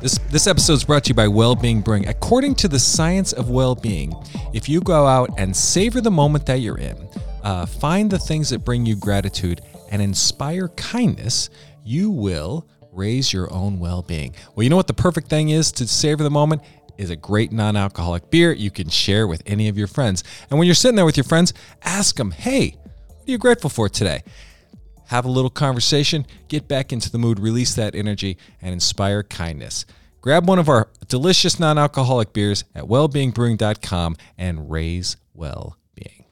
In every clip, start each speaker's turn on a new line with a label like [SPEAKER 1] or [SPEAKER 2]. [SPEAKER 1] This, this episode is brought to you by Wellbeing Brewing. According to the science of well-being, if you go out and savor the moment that you're in, uh, find the things that bring you gratitude and inspire kindness, you will raise your own well-being. Well, you know what the perfect thing is to savor the moment is a great non-alcoholic beer you can share with any of your friends. And when you're sitting there with your friends, ask them, "Hey, what are you grateful for today?" have a little conversation, get back into the mood, release that energy, and inspire kindness. Grab one of our delicious non alcoholic beers at wellbeingbrewing.com and raise well being.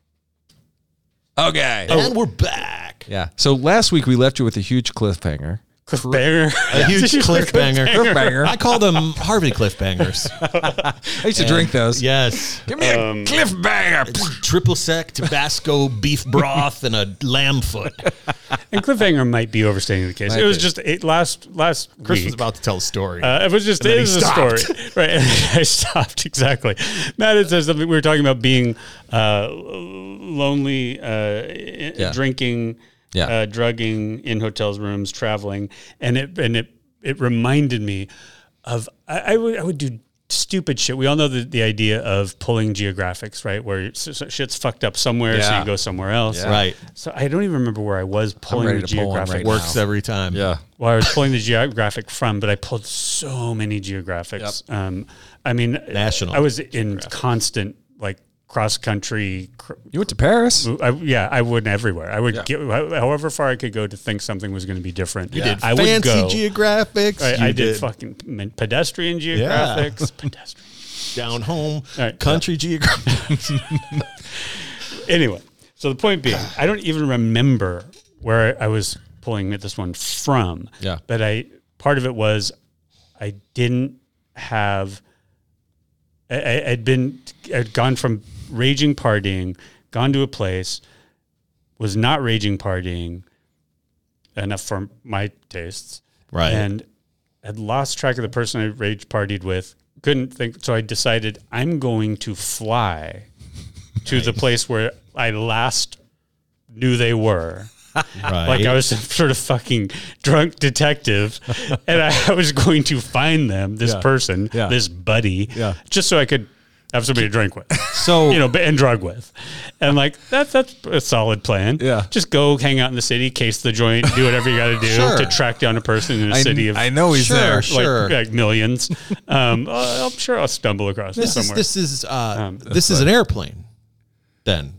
[SPEAKER 1] Okay.
[SPEAKER 2] Oh.
[SPEAKER 3] And we're back.
[SPEAKER 1] Yeah. So last week we left you with a huge cliffhanger.
[SPEAKER 2] Cliffbanger.
[SPEAKER 3] A huge cliffbanger.
[SPEAKER 1] Cliffbanger.
[SPEAKER 3] I call them Harvey cliffbangers.
[SPEAKER 1] I used to drink those.
[SPEAKER 3] Yes.
[SPEAKER 1] Give me
[SPEAKER 2] um,
[SPEAKER 1] a cliffbanger.
[SPEAKER 3] Triple sec, Tabasco beef broth, and a lamb foot.
[SPEAKER 2] and cliffhanger might be overstating the case.
[SPEAKER 1] Might
[SPEAKER 2] it was
[SPEAKER 1] be.
[SPEAKER 2] just it last last
[SPEAKER 3] Chris
[SPEAKER 2] week.
[SPEAKER 3] was about to tell a story.
[SPEAKER 2] uh, it was just
[SPEAKER 3] then
[SPEAKER 2] it
[SPEAKER 3] he
[SPEAKER 2] was a
[SPEAKER 3] stopped.
[SPEAKER 2] story, right? And I stopped exactly. Matt had said something. We were talking about being uh, lonely, uh, i-
[SPEAKER 1] Yeah.
[SPEAKER 2] drinking,
[SPEAKER 1] Yeah.
[SPEAKER 2] uh, drugging in hotels rooms, traveling, and it and it it reminded me of I, I would I would do stupid shit. We all know the, the idea of pulling geographics, right? Where s- s- shit's fucked up somewhere, so
[SPEAKER 1] Yeah.
[SPEAKER 2] you go somewhere else,
[SPEAKER 1] Yeah.
[SPEAKER 3] right.
[SPEAKER 2] So I don't even remember where I was pulling
[SPEAKER 1] ready
[SPEAKER 2] the
[SPEAKER 1] to pull one right
[SPEAKER 2] geographic.
[SPEAKER 3] Works every time.
[SPEAKER 1] Yeah.
[SPEAKER 2] Well, I was pulling the geographic from, but I pulled so many geographics. Um, I mean,
[SPEAKER 3] National
[SPEAKER 2] I was in constant like cross country. Cr-
[SPEAKER 1] You went to Paris?
[SPEAKER 2] I, yeah, I would everywhere. I would get ho- however far I could go to think something was going to be different. You
[SPEAKER 3] Did
[SPEAKER 2] I would
[SPEAKER 3] fancy
[SPEAKER 2] go.
[SPEAKER 3] geographics.
[SPEAKER 2] I, I
[SPEAKER 3] you
[SPEAKER 2] did, fucking min- pedestrian geographics. Pedestrian.
[SPEAKER 3] down home
[SPEAKER 2] right.
[SPEAKER 3] country geographics.
[SPEAKER 2] Anyway, so the point being, I don't even remember where I was pulling this one from.
[SPEAKER 1] Yeah.
[SPEAKER 2] But I part of it was I didn't have I, I, I'd been I'd gone from raging partying, gone to a place, was not raging partying enough for my tastes.
[SPEAKER 3] Right.
[SPEAKER 2] And had lost track of the person I rage partied with. Couldn't think so I decided I'm going to fly to the place where I last knew they were.
[SPEAKER 3] right.
[SPEAKER 2] Like I was some sort of fucking drunk detective, and I, I was going to find them, this person,
[SPEAKER 1] Yeah.
[SPEAKER 2] this buddy,
[SPEAKER 1] Yeah.
[SPEAKER 2] just so I could have somebody to drink with,
[SPEAKER 1] So,
[SPEAKER 2] you know, and drug with, and like that's that's a solid plan.
[SPEAKER 1] Yeah.
[SPEAKER 2] just go hang out in the city, case the joint, do whatever you got to do
[SPEAKER 1] Sure.
[SPEAKER 2] to track down a person in a
[SPEAKER 1] I,
[SPEAKER 2] city of
[SPEAKER 1] I know he's
[SPEAKER 3] Sure,
[SPEAKER 1] there.
[SPEAKER 3] sure.
[SPEAKER 2] like, like millions. um, uh, I'm sure I'll stumble across it
[SPEAKER 3] this is
[SPEAKER 2] somewhere. Um,
[SPEAKER 3] this is uh, this is an airplane. Then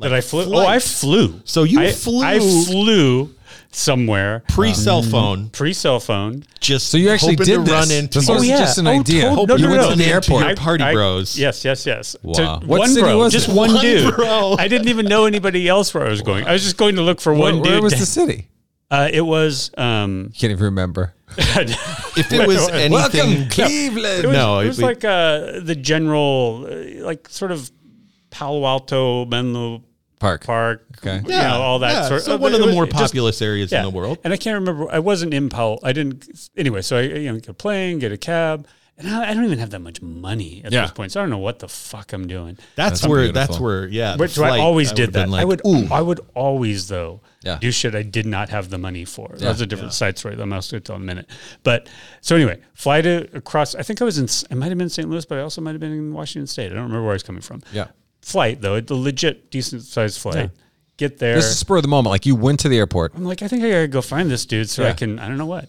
[SPEAKER 2] That I flew.
[SPEAKER 3] flight.
[SPEAKER 2] Oh, I flew.
[SPEAKER 3] So you
[SPEAKER 2] I,
[SPEAKER 3] flew-
[SPEAKER 2] I flew somewhere
[SPEAKER 3] pre
[SPEAKER 2] Um,
[SPEAKER 3] cell phone.
[SPEAKER 2] pre cell phone.
[SPEAKER 3] Just
[SPEAKER 1] So you actually
[SPEAKER 3] hoping
[SPEAKER 1] did
[SPEAKER 3] to
[SPEAKER 1] this.
[SPEAKER 3] run into.
[SPEAKER 1] This wasn't just an
[SPEAKER 2] Oh,
[SPEAKER 1] idea.
[SPEAKER 2] totally. No,
[SPEAKER 1] you
[SPEAKER 2] no,
[SPEAKER 1] went
[SPEAKER 2] no.
[SPEAKER 1] to the
[SPEAKER 3] Ran into
[SPEAKER 1] airport.
[SPEAKER 3] your party bros.
[SPEAKER 2] Yes, yes, yes.
[SPEAKER 1] Wow.
[SPEAKER 2] To
[SPEAKER 1] What
[SPEAKER 2] one
[SPEAKER 1] city
[SPEAKER 2] bro,
[SPEAKER 1] was
[SPEAKER 2] just
[SPEAKER 1] it?
[SPEAKER 2] one,
[SPEAKER 3] One
[SPEAKER 2] dude.
[SPEAKER 3] bro.
[SPEAKER 2] I didn't even know anybody else where I was going. I was just going to look for one
[SPEAKER 1] Where, where
[SPEAKER 2] dude.
[SPEAKER 1] was the city?
[SPEAKER 2] uh, it was. Um,
[SPEAKER 1] Can't even remember.
[SPEAKER 3] If it was anything,
[SPEAKER 1] Welcome, Cleveland.
[SPEAKER 2] it was,
[SPEAKER 3] No,
[SPEAKER 2] it
[SPEAKER 3] it-
[SPEAKER 2] was
[SPEAKER 3] we-
[SPEAKER 2] like uh, the general, uh, like sort of Palo Alto, Menlo
[SPEAKER 1] Park.
[SPEAKER 2] Park.
[SPEAKER 1] Okay.
[SPEAKER 2] You know, all that
[SPEAKER 3] yeah,
[SPEAKER 2] sort.
[SPEAKER 3] So
[SPEAKER 2] uh,
[SPEAKER 3] one
[SPEAKER 2] it
[SPEAKER 3] of the
[SPEAKER 2] was
[SPEAKER 3] more
[SPEAKER 2] just-
[SPEAKER 3] populous areas in the world.
[SPEAKER 2] And I can't remember. I wasn't in Powell. I didn't. Anyway, so I you know get a plane, get a cab, and I, I don't even have that much money at
[SPEAKER 1] Yeah.
[SPEAKER 2] this point. So I don't know what the fuck I'm doing.
[SPEAKER 3] That's,
[SPEAKER 1] That's
[SPEAKER 3] where.
[SPEAKER 1] beautiful.
[SPEAKER 3] That's where. Yeah. the
[SPEAKER 2] Which
[SPEAKER 3] flight,
[SPEAKER 2] I always
[SPEAKER 3] would've
[SPEAKER 2] did
[SPEAKER 3] been
[SPEAKER 2] that.
[SPEAKER 3] like,
[SPEAKER 2] I would.
[SPEAKER 3] ooh.
[SPEAKER 2] I would always though
[SPEAKER 1] Yeah.
[SPEAKER 2] do shit I did not have the money for. That
[SPEAKER 1] Yeah.
[SPEAKER 2] was a different side story. that I'm also going to tell in a minute. But so anyway, fly to across. I think I was in. I might have been in St. Louis, but I also might have been in Washington State. I don't remember where I was coming from.
[SPEAKER 1] Yeah.
[SPEAKER 2] Flight though, a legit decent sized flight. Get there.
[SPEAKER 1] This is spur of the moment. Like you went to the airport.
[SPEAKER 2] I'm like, I think I gotta go find this dude so I
[SPEAKER 1] Yeah.
[SPEAKER 2] can. I don't know what.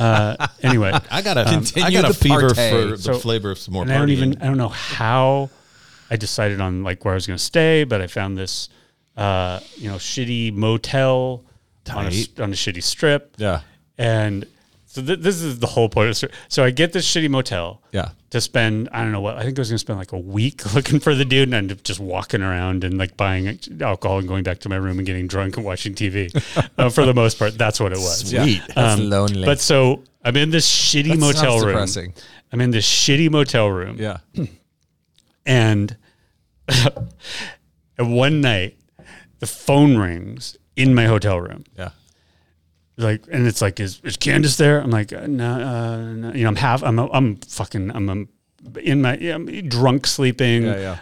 [SPEAKER 2] Uh, anyway,
[SPEAKER 3] I got a, I
[SPEAKER 1] Continue
[SPEAKER 3] got a
[SPEAKER 1] the
[SPEAKER 3] fever
[SPEAKER 1] partay.
[SPEAKER 3] for the
[SPEAKER 2] So-
[SPEAKER 3] flavor of some more.
[SPEAKER 2] and I don't
[SPEAKER 3] partying.
[SPEAKER 2] even. I don't know how I decided on like where I was gonna stay, but I found this, uh, you know, shitty motel on a, s- on a shitty strip.
[SPEAKER 1] Yeah.
[SPEAKER 2] and So th- this is the whole point of the story. So I get this shitty motel.
[SPEAKER 1] Yeah.
[SPEAKER 2] To spend, I don't know what, I think I was going to spend like a week looking for the dude and end up just walking around and like buying alcohol and going back to my room and getting drunk and watching TV. uh, for the most part, that's what it was.
[SPEAKER 3] Sweet.
[SPEAKER 1] That's lonely.
[SPEAKER 2] Um, But so I'm in this shitty
[SPEAKER 1] That sounds
[SPEAKER 2] motel room.
[SPEAKER 1] depressing.
[SPEAKER 2] I'm in this shitty motel room.
[SPEAKER 1] yeah.
[SPEAKER 2] And and one night, the phone rings in my hotel room.
[SPEAKER 1] Yeah.
[SPEAKER 2] Like, and it's like, is, is Candace there? I'm like, uh, no, uh, no, you know, I'm half, I'm, I'm fucking, I'm, um in my, yeah, I'm drunk sleeping.
[SPEAKER 1] Yeah. Yeah.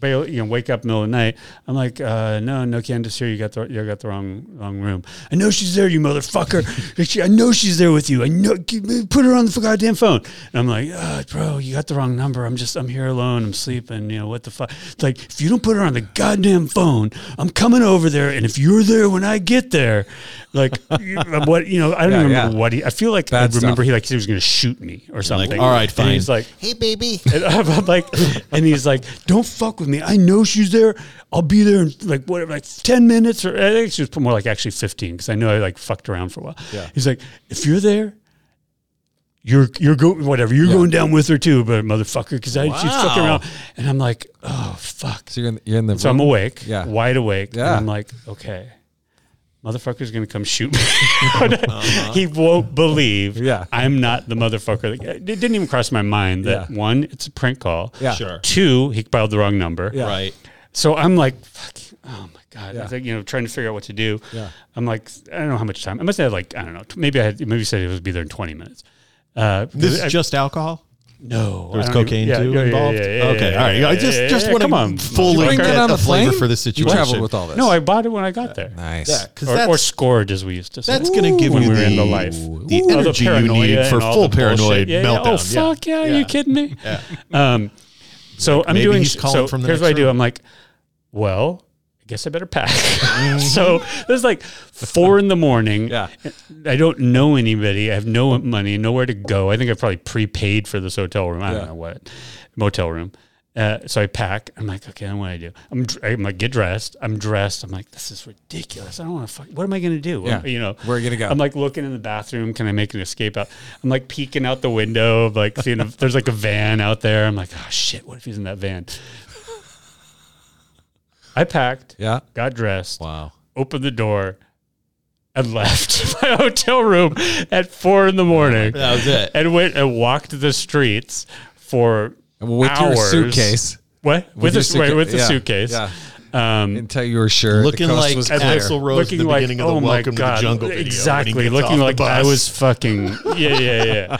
[SPEAKER 2] Bail, you know, wake up middle of the night. I'm like, uh, no, no Candace here. You got the you got the wrong wrong room. I know she's there, you motherfucker. She- I know she's there with you. I know. Put her on the goddamn phone. And I'm like, oh, bro, you got the wrong number. I'm just I'm here alone. I'm sleeping. You know what the fuck? It's like if you don't put her on the goddamn phone, I'm coming over there. And if you're there when I get there, like you- what you know, I don't
[SPEAKER 1] Yeah,
[SPEAKER 2] remember
[SPEAKER 1] yeah.
[SPEAKER 2] what he. I feel like
[SPEAKER 1] Bad
[SPEAKER 2] I remember
[SPEAKER 1] stuff.
[SPEAKER 2] he like he was gonna shoot me or something.
[SPEAKER 3] all right,
[SPEAKER 2] And
[SPEAKER 3] fine.
[SPEAKER 2] he's like.
[SPEAKER 3] hey, baby.
[SPEAKER 2] And I'm, I'm like, and he's like, "Don't fuck with me. I know she's there. I'll be there in like whatever, like ten minutes, or I think she was more like actually fifteen because I know I like fucked around for a while."
[SPEAKER 1] Yeah.
[SPEAKER 2] He's like, "If you're there, you're you're going whatever. You're
[SPEAKER 1] Yeah.
[SPEAKER 2] going down with her too, but motherfucker, because she's fucking
[SPEAKER 3] Wow.
[SPEAKER 2] around." And I'm like, "Oh fuck!"
[SPEAKER 1] So you're in, you're in the
[SPEAKER 2] So I'm
[SPEAKER 1] room.
[SPEAKER 2] awake,
[SPEAKER 1] Mm-hmm. Yeah.
[SPEAKER 2] wide awake,
[SPEAKER 1] Yeah.
[SPEAKER 2] and I'm like, "Okay." Motherfucker's gonna come shoot me. He won't believe
[SPEAKER 1] Uh-huh. Yeah.
[SPEAKER 2] I'm not the motherfucker. It didn't even cross my mind that
[SPEAKER 1] Yeah.
[SPEAKER 2] one, it's a prank call.
[SPEAKER 1] Yeah.
[SPEAKER 3] Sure.
[SPEAKER 2] Two, he filed the wrong number.
[SPEAKER 1] Yeah.
[SPEAKER 3] Right.
[SPEAKER 2] So I'm like, fuck, oh my God.
[SPEAKER 1] Yeah.
[SPEAKER 2] I think, you know, trying to figure out what to do.
[SPEAKER 1] Yeah.
[SPEAKER 2] I'm like, I don't know how much time. I must have like, I don't know. t- Maybe I had, maybe you said it would be there in 20 minutes. Uh,
[SPEAKER 3] This
[SPEAKER 2] I-
[SPEAKER 3] is just alcohol.
[SPEAKER 2] no.
[SPEAKER 3] There was
[SPEAKER 2] I don't
[SPEAKER 3] cocaine
[SPEAKER 2] even-
[SPEAKER 3] too involved. okay, all right. I just just want
[SPEAKER 2] come on,
[SPEAKER 3] to fully
[SPEAKER 2] motherfucker.
[SPEAKER 1] Bring that
[SPEAKER 3] get
[SPEAKER 1] on
[SPEAKER 3] a
[SPEAKER 1] the
[SPEAKER 3] flavor
[SPEAKER 1] plane?
[SPEAKER 3] for this
[SPEAKER 1] You
[SPEAKER 3] situation.
[SPEAKER 1] traveled with all this.
[SPEAKER 2] No, I bought it when I got there.
[SPEAKER 1] Nice.
[SPEAKER 3] Yeah, because
[SPEAKER 2] Or, or
[SPEAKER 3] that's
[SPEAKER 2] scored, as we used to say.
[SPEAKER 3] that's going to give
[SPEAKER 2] when
[SPEAKER 3] you
[SPEAKER 2] we were
[SPEAKER 3] the,
[SPEAKER 2] in the life.
[SPEAKER 3] the
[SPEAKER 2] All the
[SPEAKER 3] energy you
[SPEAKER 2] paranoia
[SPEAKER 3] need for
[SPEAKER 2] and all
[SPEAKER 3] full
[SPEAKER 2] the bullshit.
[SPEAKER 3] paranoid
[SPEAKER 2] Yeah, yeah.
[SPEAKER 3] meltdown.
[SPEAKER 2] Oh fuck yeah, Are you kidding me?
[SPEAKER 3] Yeah.
[SPEAKER 2] Um, so I'm
[SPEAKER 3] maybe
[SPEAKER 2] doing.
[SPEAKER 3] he's calling
[SPEAKER 2] so
[SPEAKER 3] from the
[SPEAKER 2] here's
[SPEAKER 3] next
[SPEAKER 2] what I do.
[SPEAKER 3] room.
[SPEAKER 2] I'm like, well, I guess I better pack. so there's like four in the morning.
[SPEAKER 1] Mm-hmm. Yeah.
[SPEAKER 2] I don't know anybody. I have no money, nowhere to go. I think I probably prepaid for this hotel room. I
[SPEAKER 1] Yeah.
[SPEAKER 2] don't know what motel room. Uh, so I pack. I'm like, okay, then what do I do? I'm, dr- I'm like, get dressed. I'm dressed. I'm like, this is ridiculous. I don't want to fuck. What am I going to do?
[SPEAKER 1] Yeah.
[SPEAKER 2] You know,
[SPEAKER 1] Where are you gonna go?
[SPEAKER 2] I'm like looking in the bathroom. Can I make an escape out? I'm like peeking out the window, of, like seeing if there's like a van out there. I'm like, oh shit, what if he's in that van? I packed,
[SPEAKER 1] Yeah.
[SPEAKER 2] got dressed,
[SPEAKER 1] Wow.
[SPEAKER 2] opened the door, and left my hotel room at four in the morning.
[SPEAKER 3] That was it.
[SPEAKER 2] And went and walked the streets for
[SPEAKER 1] With
[SPEAKER 2] hours.
[SPEAKER 1] your suitcase.
[SPEAKER 2] What? With,
[SPEAKER 1] your
[SPEAKER 2] a, right,
[SPEAKER 1] suitca-
[SPEAKER 2] with the
[SPEAKER 1] yeah,
[SPEAKER 2] suitcase.
[SPEAKER 1] yeah.
[SPEAKER 2] Um,
[SPEAKER 1] Until you were sure. the
[SPEAKER 3] Looking
[SPEAKER 1] coast
[SPEAKER 3] like
[SPEAKER 1] was
[SPEAKER 2] and
[SPEAKER 1] clear.
[SPEAKER 3] Axl Rose at the
[SPEAKER 2] like,
[SPEAKER 3] beginning of the
[SPEAKER 2] oh my
[SPEAKER 3] Welcome to the
[SPEAKER 2] God,
[SPEAKER 3] Jungle video when he
[SPEAKER 2] Exactly,
[SPEAKER 3] gets off
[SPEAKER 2] looking
[SPEAKER 3] the
[SPEAKER 2] like I
[SPEAKER 3] bus.
[SPEAKER 2] was fucking. Yeah, yeah, yeah.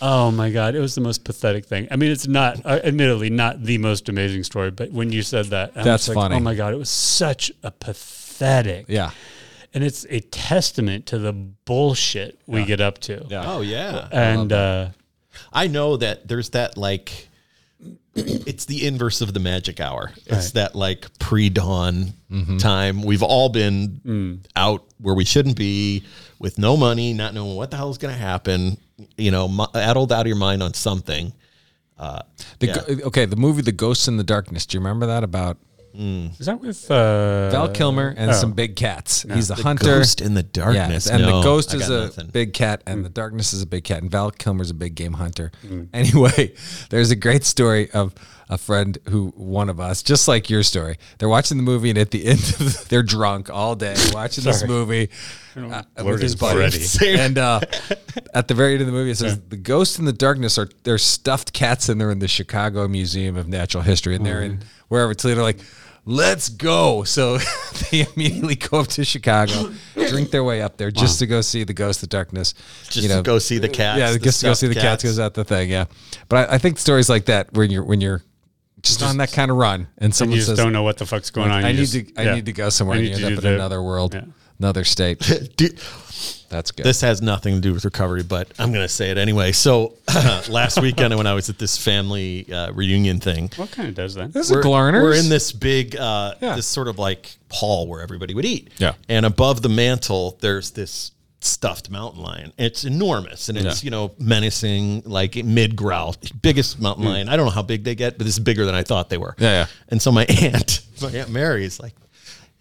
[SPEAKER 2] oh my God, it was the most pathetic thing. I mean, it's not, uh, admittedly, not the most amazing story, but when you said that, I
[SPEAKER 1] That's
[SPEAKER 2] was like,
[SPEAKER 1] funny.
[SPEAKER 2] Oh my God, it was such a pathetic.
[SPEAKER 1] Yeah.
[SPEAKER 2] and it's a testament to the bullshit we get up to.
[SPEAKER 1] Yeah.
[SPEAKER 3] Oh yeah.
[SPEAKER 2] And uh,
[SPEAKER 3] I know that there's that like it's the inverse of the magic hour. It's that like pre-dawn
[SPEAKER 1] Mm-hmm.
[SPEAKER 3] time. We've all been
[SPEAKER 1] Mm.
[SPEAKER 3] out where we shouldn't be with no money, not knowing what the hell is going to happen, you know, mu- addled out of your mind on something.
[SPEAKER 1] The go- okay, the movie The Ghost in the Darkness. Do you remember that about
[SPEAKER 2] is that with uh, oh.
[SPEAKER 1] Val Kilmer and some big cats? He's a hunter.
[SPEAKER 3] Ghost in the
[SPEAKER 1] Yeah,
[SPEAKER 3] darkness.
[SPEAKER 1] and
[SPEAKER 3] No,
[SPEAKER 1] the ghost
[SPEAKER 3] I
[SPEAKER 1] is
[SPEAKER 3] got
[SPEAKER 1] a
[SPEAKER 3] nothing.
[SPEAKER 1] big cat, and the darkness is a big cat, and Val Kilmer's a big game hunter. Anyway, there's a great story of a friend who one of us, just like your story, they're watching the movie, and at the end, of the, they're drunk all day watching this movie uh, with his
[SPEAKER 2] Freddy.
[SPEAKER 1] buddies, and uh, at the very end of the movie, it says the ghost and the darkness are they're stuffed cats, and they're in the Chicago Museum of Natural History, and they're in wherever Toledo, like. Let's go. So they immediately go up to Chicago, drink their way up there just to go see the ghost of darkness.
[SPEAKER 3] Just to go see the cats.
[SPEAKER 1] Yeah,
[SPEAKER 3] the
[SPEAKER 1] just to go see the
[SPEAKER 3] stuffed
[SPEAKER 1] cats goes out the thing. Yeah. But I, I think stories like that when you're when you're just, on that kind of run and
[SPEAKER 2] You
[SPEAKER 1] someone
[SPEAKER 2] just
[SPEAKER 1] says
[SPEAKER 2] don't know what the fuck's going on.
[SPEAKER 1] I
[SPEAKER 2] You
[SPEAKER 1] need
[SPEAKER 2] just-
[SPEAKER 1] to I
[SPEAKER 2] yeah.
[SPEAKER 1] need to go somewhere
[SPEAKER 2] I
[SPEAKER 1] and
[SPEAKER 2] need
[SPEAKER 1] you
[SPEAKER 2] to
[SPEAKER 1] end
[SPEAKER 2] do
[SPEAKER 1] up in
[SPEAKER 2] the-
[SPEAKER 1] another world,
[SPEAKER 2] yeah.
[SPEAKER 1] another state.
[SPEAKER 3] Do-
[SPEAKER 1] That's good.
[SPEAKER 3] This has nothing to do with recovery, but I'm going to say it anyway. So last weekend when I was at this family uh, reunion thing,
[SPEAKER 2] What kind of does that?
[SPEAKER 1] this is Glarner's.
[SPEAKER 3] we're in this big, uh,
[SPEAKER 1] Yeah.
[SPEAKER 3] this sort of like hall where everybody would eat.
[SPEAKER 1] Yeah.
[SPEAKER 3] And above the mantle, there's this stuffed mountain lion. It's enormous and it's, you know, menacing, like mid growl, biggest mountain
[SPEAKER 1] Hmm.
[SPEAKER 3] lion. I don't know how big they get, but this is bigger than I thought they were.
[SPEAKER 1] Yeah, yeah.
[SPEAKER 3] And so my aunt, my aunt Mary is like,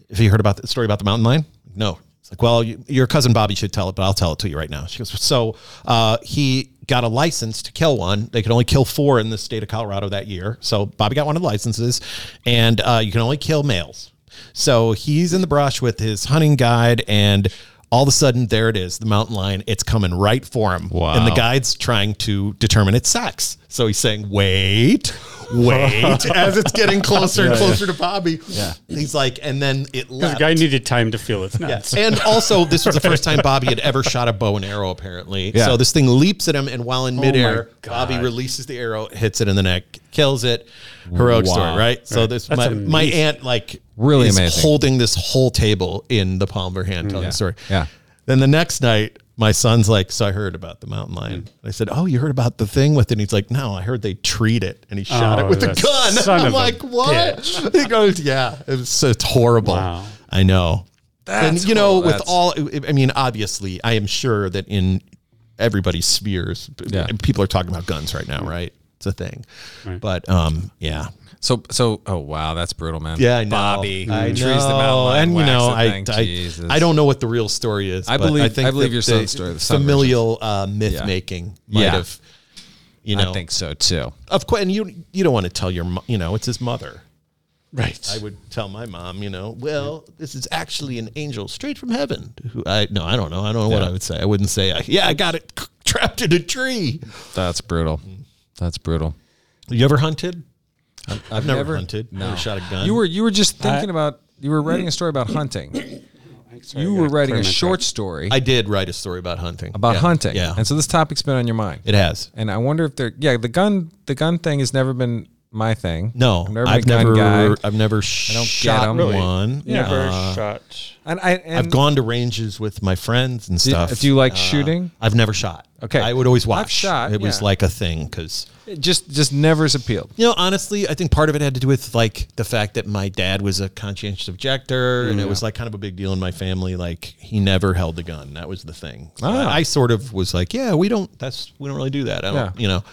[SPEAKER 3] have you heard about the story about the mountain lion? No. It's Like, well, you, your cousin Bobby should tell it, but I'll tell it to you right now. She goes, so uh, he got a license to kill one. They could only kill four in the state of Colorado that year. So Bobby got one of the licenses, and uh, you can only kill males. So he's in the brush with his hunting guide, and all of a sudden, there it is, the mountain lion. It's coming right for him.
[SPEAKER 4] Wow.
[SPEAKER 3] And the guide's trying to determine its sex. So he's saying, wait, wait, as it's getting closer and closer to Bobby. Yeah. He's like, and then it
[SPEAKER 2] The
[SPEAKER 3] left.
[SPEAKER 2] guy needed time to feel its nuts.
[SPEAKER 3] Yes. And also, this was the first time Bobby had ever shot a bow and arrow, apparently.
[SPEAKER 4] Yeah.
[SPEAKER 3] So this thing leaps at him, and while in midair,
[SPEAKER 2] Oh God.
[SPEAKER 3] Bobby releases the arrow, hits it in the neck, kills it. Heroic
[SPEAKER 4] Wow.
[SPEAKER 3] story, right? So this
[SPEAKER 2] That's
[SPEAKER 3] my, my
[SPEAKER 2] amazing.
[SPEAKER 3] aunt like
[SPEAKER 1] Really
[SPEAKER 3] is
[SPEAKER 1] amazing.
[SPEAKER 3] holding this whole table in the palm of her
[SPEAKER 2] Mm.
[SPEAKER 3] hand telling the story.
[SPEAKER 1] Yeah.
[SPEAKER 3] Then the next night, my son's like, so I heard about the mountain
[SPEAKER 2] Mm.
[SPEAKER 3] lion. I said, oh, you heard about the thing with it? And he's like, no, I heard they treat it, and he shot
[SPEAKER 2] Oh,
[SPEAKER 3] it with a
[SPEAKER 2] the
[SPEAKER 3] gun.
[SPEAKER 2] son
[SPEAKER 3] I'm
[SPEAKER 2] of a
[SPEAKER 3] like, what? He goes, yeah, it was, it's horrible.
[SPEAKER 2] Wow.
[SPEAKER 3] I know. and
[SPEAKER 1] That's
[SPEAKER 3] you know,
[SPEAKER 1] cool.
[SPEAKER 3] with
[SPEAKER 1] That's-
[SPEAKER 3] all, I mean, obviously, I am sure that in everybody's spheres,
[SPEAKER 1] Yeah.
[SPEAKER 3] people are talking about guns right now, right? It's a thing. But um, yeah,
[SPEAKER 1] So so oh wow, that's brutal, man.
[SPEAKER 3] yeah, I know.
[SPEAKER 1] Bobby
[SPEAKER 3] I
[SPEAKER 1] who trees the
[SPEAKER 3] know.
[SPEAKER 1] mountain lion,
[SPEAKER 3] and you
[SPEAKER 1] whacks
[SPEAKER 3] know,
[SPEAKER 1] the
[SPEAKER 3] I,
[SPEAKER 1] thing.
[SPEAKER 3] I,
[SPEAKER 1] Jesus.
[SPEAKER 3] I don't know what the real story is.
[SPEAKER 1] I
[SPEAKER 3] but
[SPEAKER 1] believe- I believe
[SPEAKER 3] that
[SPEAKER 1] your
[SPEAKER 3] the
[SPEAKER 1] son's story, the son
[SPEAKER 3] familial uh, myth
[SPEAKER 1] Yeah.
[SPEAKER 3] making might
[SPEAKER 1] Yeah.
[SPEAKER 3] have, you know,
[SPEAKER 1] I think so too.
[SPEAKER 3] of course, and you you don't want to tell your mo- you know it's his mother.
[SPEAKER 2] Right.
[SPEAKER 3] I would tell my mom, you know, well, this is actually an angel straight from heaven. Who I no, I don't know. I don't know what I would say. I wouldn't say, I, yeah, I got it c- trapped in a tree.
[SPEAKER 1] That's brutal.
[SPEAKER 3] Mm.
[SPEAKER 1] That's brutal.
[SPEAKER 3] You ever hunted? I've, never,
[SPEAKER 1] never-
[SPEAKER 3] hunted.
[SPEAKER 1] no.
[SPEAKER 3] Never shot a gun.
[SPEAKER 1] You were you were just thinking about you were writing a story about hunting. you were writing a short story
[SPEAKER 3] I did write a story about hunting.
[SPEAKER 1] about
[SPEAKER 3] Yeah.
[SPEAKER 1] hunting.
[SPEAKER 3] Yeah,
[SPEAKER 1] And so this topic's been on your mind.
[SPEAKER 3] it has.
[SPEAKER 1] and I wonder if they're yeah, the gun the gun thing has never been my thing.
[SPEAKER 3] No,
[SPEAKER 1] I've never been
[SPEAKER 3] I've
[SPEAKER 1] a gun
[SPEAKER 3] never,
[SPEAKER 1] guy.
[SPEAKER 3] I've never I
[SPEAKER 1] don't get
[SPEAKER 3] shot
[SPEAKER 1] 'em. Really?
[SPEAKER 3] one.
[SPEAKER 1] Yeah.
[SPEAKER 2] Never
[SPEAKER 3] Uh,
[SPEAKER 2] shot.
[SPEAKER 1] And I and
[SPEAKER 3] I've gone to ranges with my friends and
[SPEAKER 1] Do-
[SPEAKER 3] stuff. Uh,
[SPEAKER 1] do you like shooting?
[SPEAKER 3] I've never shot.
[SPEAKER 1] Okay.
[SPEAKER 3] I would always
[SPEAKER 1] I've
[SPEAKER 3] watch.
[SPEAKER 1] shot,
[SPEAKER 3] It was
[SPEAKER 1] yeah.
[SPEAKER 3] like a thing because
[SPEAKER 1] it just just never's appealed.
[SPEAKER 3] you know, honestly, I think part of it had to do with like the fact that my dad was a conscientious objector, and it was like kind of a big deal in my family. Like he never held the gun; that was the thing. So
[SPEAKER 1] Ah.
[SPEAKER 3] I, I sort of was like, "Yeah, we don't. That's we don't really do that." I don't,
[SPEAKER 1] Yeah.
[SPEAKER 3] you know.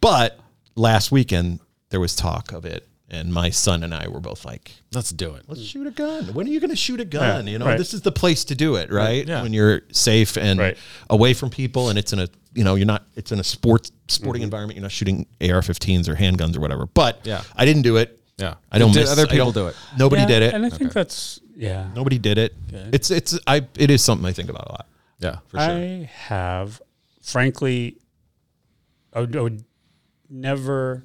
[SPEAKER 3] But last weekend there was talk of it, and my son and I were both like,
[SPEAKER 1] Let's do it.
[SPEAKER 3] "Let's shoot a gun. When are you going to shoot a gun?
[SPEAKER 2] Yeah,
[SPEAKER 3] you know,
[SPEAKER 2] right.
[SPEAKER 3] this is the place to do it, right?
[SPEAKER 1] Yeah.
[SPEAKER 3] When you're safe and
[SPEAKER 2] Right.
[SPEAKER 3] away from people, and it's in a you know you're not it's in a sports sporting environment. You're not shooting AR-15s or handguns or whatever. But
[SPEAKER 1] Mm-hmm. Yeah.
[SPEAKER 3] I didn't do it.
[SPEAKER 1] Yeah.
[SPEAKER 3] I don't.
[SPEAKER 1] Did
[SPEAKER 3] miss-
[SPEAKER 1] other
[SPEAKER 3] I
[SPEAKER 1] people
[SPEAKER 3] don't-
[SPEAKER 1] do it?
[SPEAKER 3] Nobody did it.
[SPEAKER 2] And I think that's yeah.
[SPEAKER 3] Nobody did it. It's it's I it is something I think about a lot.
[SPEAKER 1] Yeah.
[SPEAKER 3] For sure.
[SPEAKER 2] I have, frankly, I would, I would never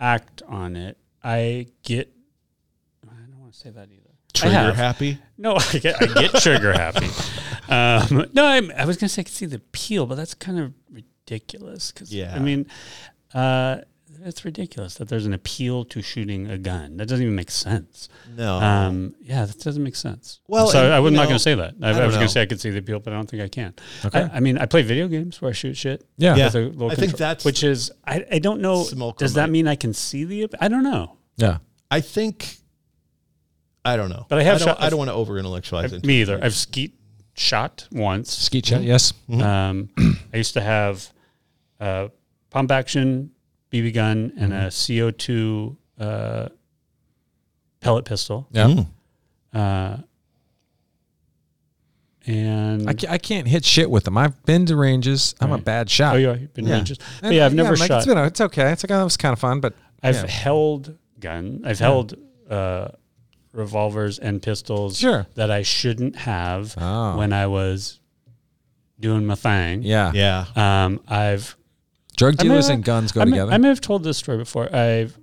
[SPEAKER 2] act on it. I get. I don't want to say that either. I
[SPEAKER 3] Trigger
[SPEAKER 2] have.
[SPEAKER 3] happy.
[SPEAKER 2] No, I get, I get trigger happy. Um, no, I'm, I was going to say I could see the appeal, but that's kind of ridiculous. Cause,
[SPEAKER 3] Yeah.
[SPEAKER 2] I mean, uh, it's ridiculous that there's an appeal to shooting a gun. That doesn't even make sense.
[SPEAKER 3] No.
[SPEAKER 2] Um, yeah, that doesn't make sense.
[SPEAKER 3] Well,
[SPEAKER 2] Well, so
[SPEAKER 3] and,
[SPEAKER 2] I was
[SPEAKER 3] you
[SPEAKER 2] not
[SPEAKER 3] know,
[SPEAKER 2] going to say that. I,
[SPEAKER 3] I
[SPEAKER 2] I
[SPEAKER 3] don't
[SPEAKER 2] was going
[SPEAKER 3] know.
[SPEAKER 2] to say I could see the appeal, but I don't think I can. I, I mean, I play video games where I shoot shit.
[SPEAKER 1] Yeah.
[SPEAKER 2] with
[SPEAKER 1] Yeah.
[SPEAKER 2] a little
[SPEAKER 3] I think
[SPEAKER 2] control-
[SPEAKER 3] that's-
[SPEAKER 2] which is I, I don't know.
[SPEAKER 3] Smoker
[SPEAKER 2] Does that
[SPEAKER 3] might-
[SPEAKER 2] mean I can see the? app- I don't know.
[SPEAKER 1] Yeah.
[SPEAKER 3] I think. I don't know.
[SPEAKER 2] But I have
[SPEAKER 3] don't,
[SPEAKER 2] shot-
[SPEAKER 3] I don't want to over intellectualize it.
[SPEAKER 2] Me either. I've skeet shot once.
[SPEAKER 1] Skeet shot, yes.
[SPEAKER 2] Um,
[SPEAKER 1] Mm-hmm.
[SPEAKER 2] I used to have a pump action BB gun and
[SPEAKER 1] Mm-hmm.
[SPEAKER 2] a CO2 uh, pellet pistol.
[SPEAKER 1] Yeah.
[SPEAKER 2] Uh, and
[SPEAKER 1] I, ca- I can't hit shit with them. I've been to ranges. I'm a
[SPEAKER 2] Right.
[SPEAKER 1] bad shot.
[SPEAKER 2] oh, yeah, you've been
[SPEAKER 1] Yeah.
[SPEAKER 2] ranges. But
[SPEAKER 1] And,
[SPEAKER 2] yeah, I've never
[SPEAKER 1] I'm like,
[SPEAKER 2] shot.
[SPEAKER 1] It's been a- it's okay. It's like oh, that was kind of fun, but
[SPEAKER 2] I've
[SPEAKER 1] yeah.
[SPEAKER 2] held gun. I've held uh, revolvers and pistols
[SPEAKER 1] Sure.
[SPEAKER 2] that I shouldn't have
[SPEAKER 1] Oh.
[SPEAKER 2] when I was doing my thing.
[SPEAKER 1] yeah.
[SPEAKER 3] Yeah.
[SPEAKER 2] Um, I've
[SPEAKER 1] Drug
[SPEAKER 2] I may
[SPEAKER 1] dealers
[SPEAKER 2] have-
[SPEAKER 1] and guns go
[SPEAKER 2] I may,
[SPEAKER 1] together.
[SPEAKER 2] I may have told this story before. I've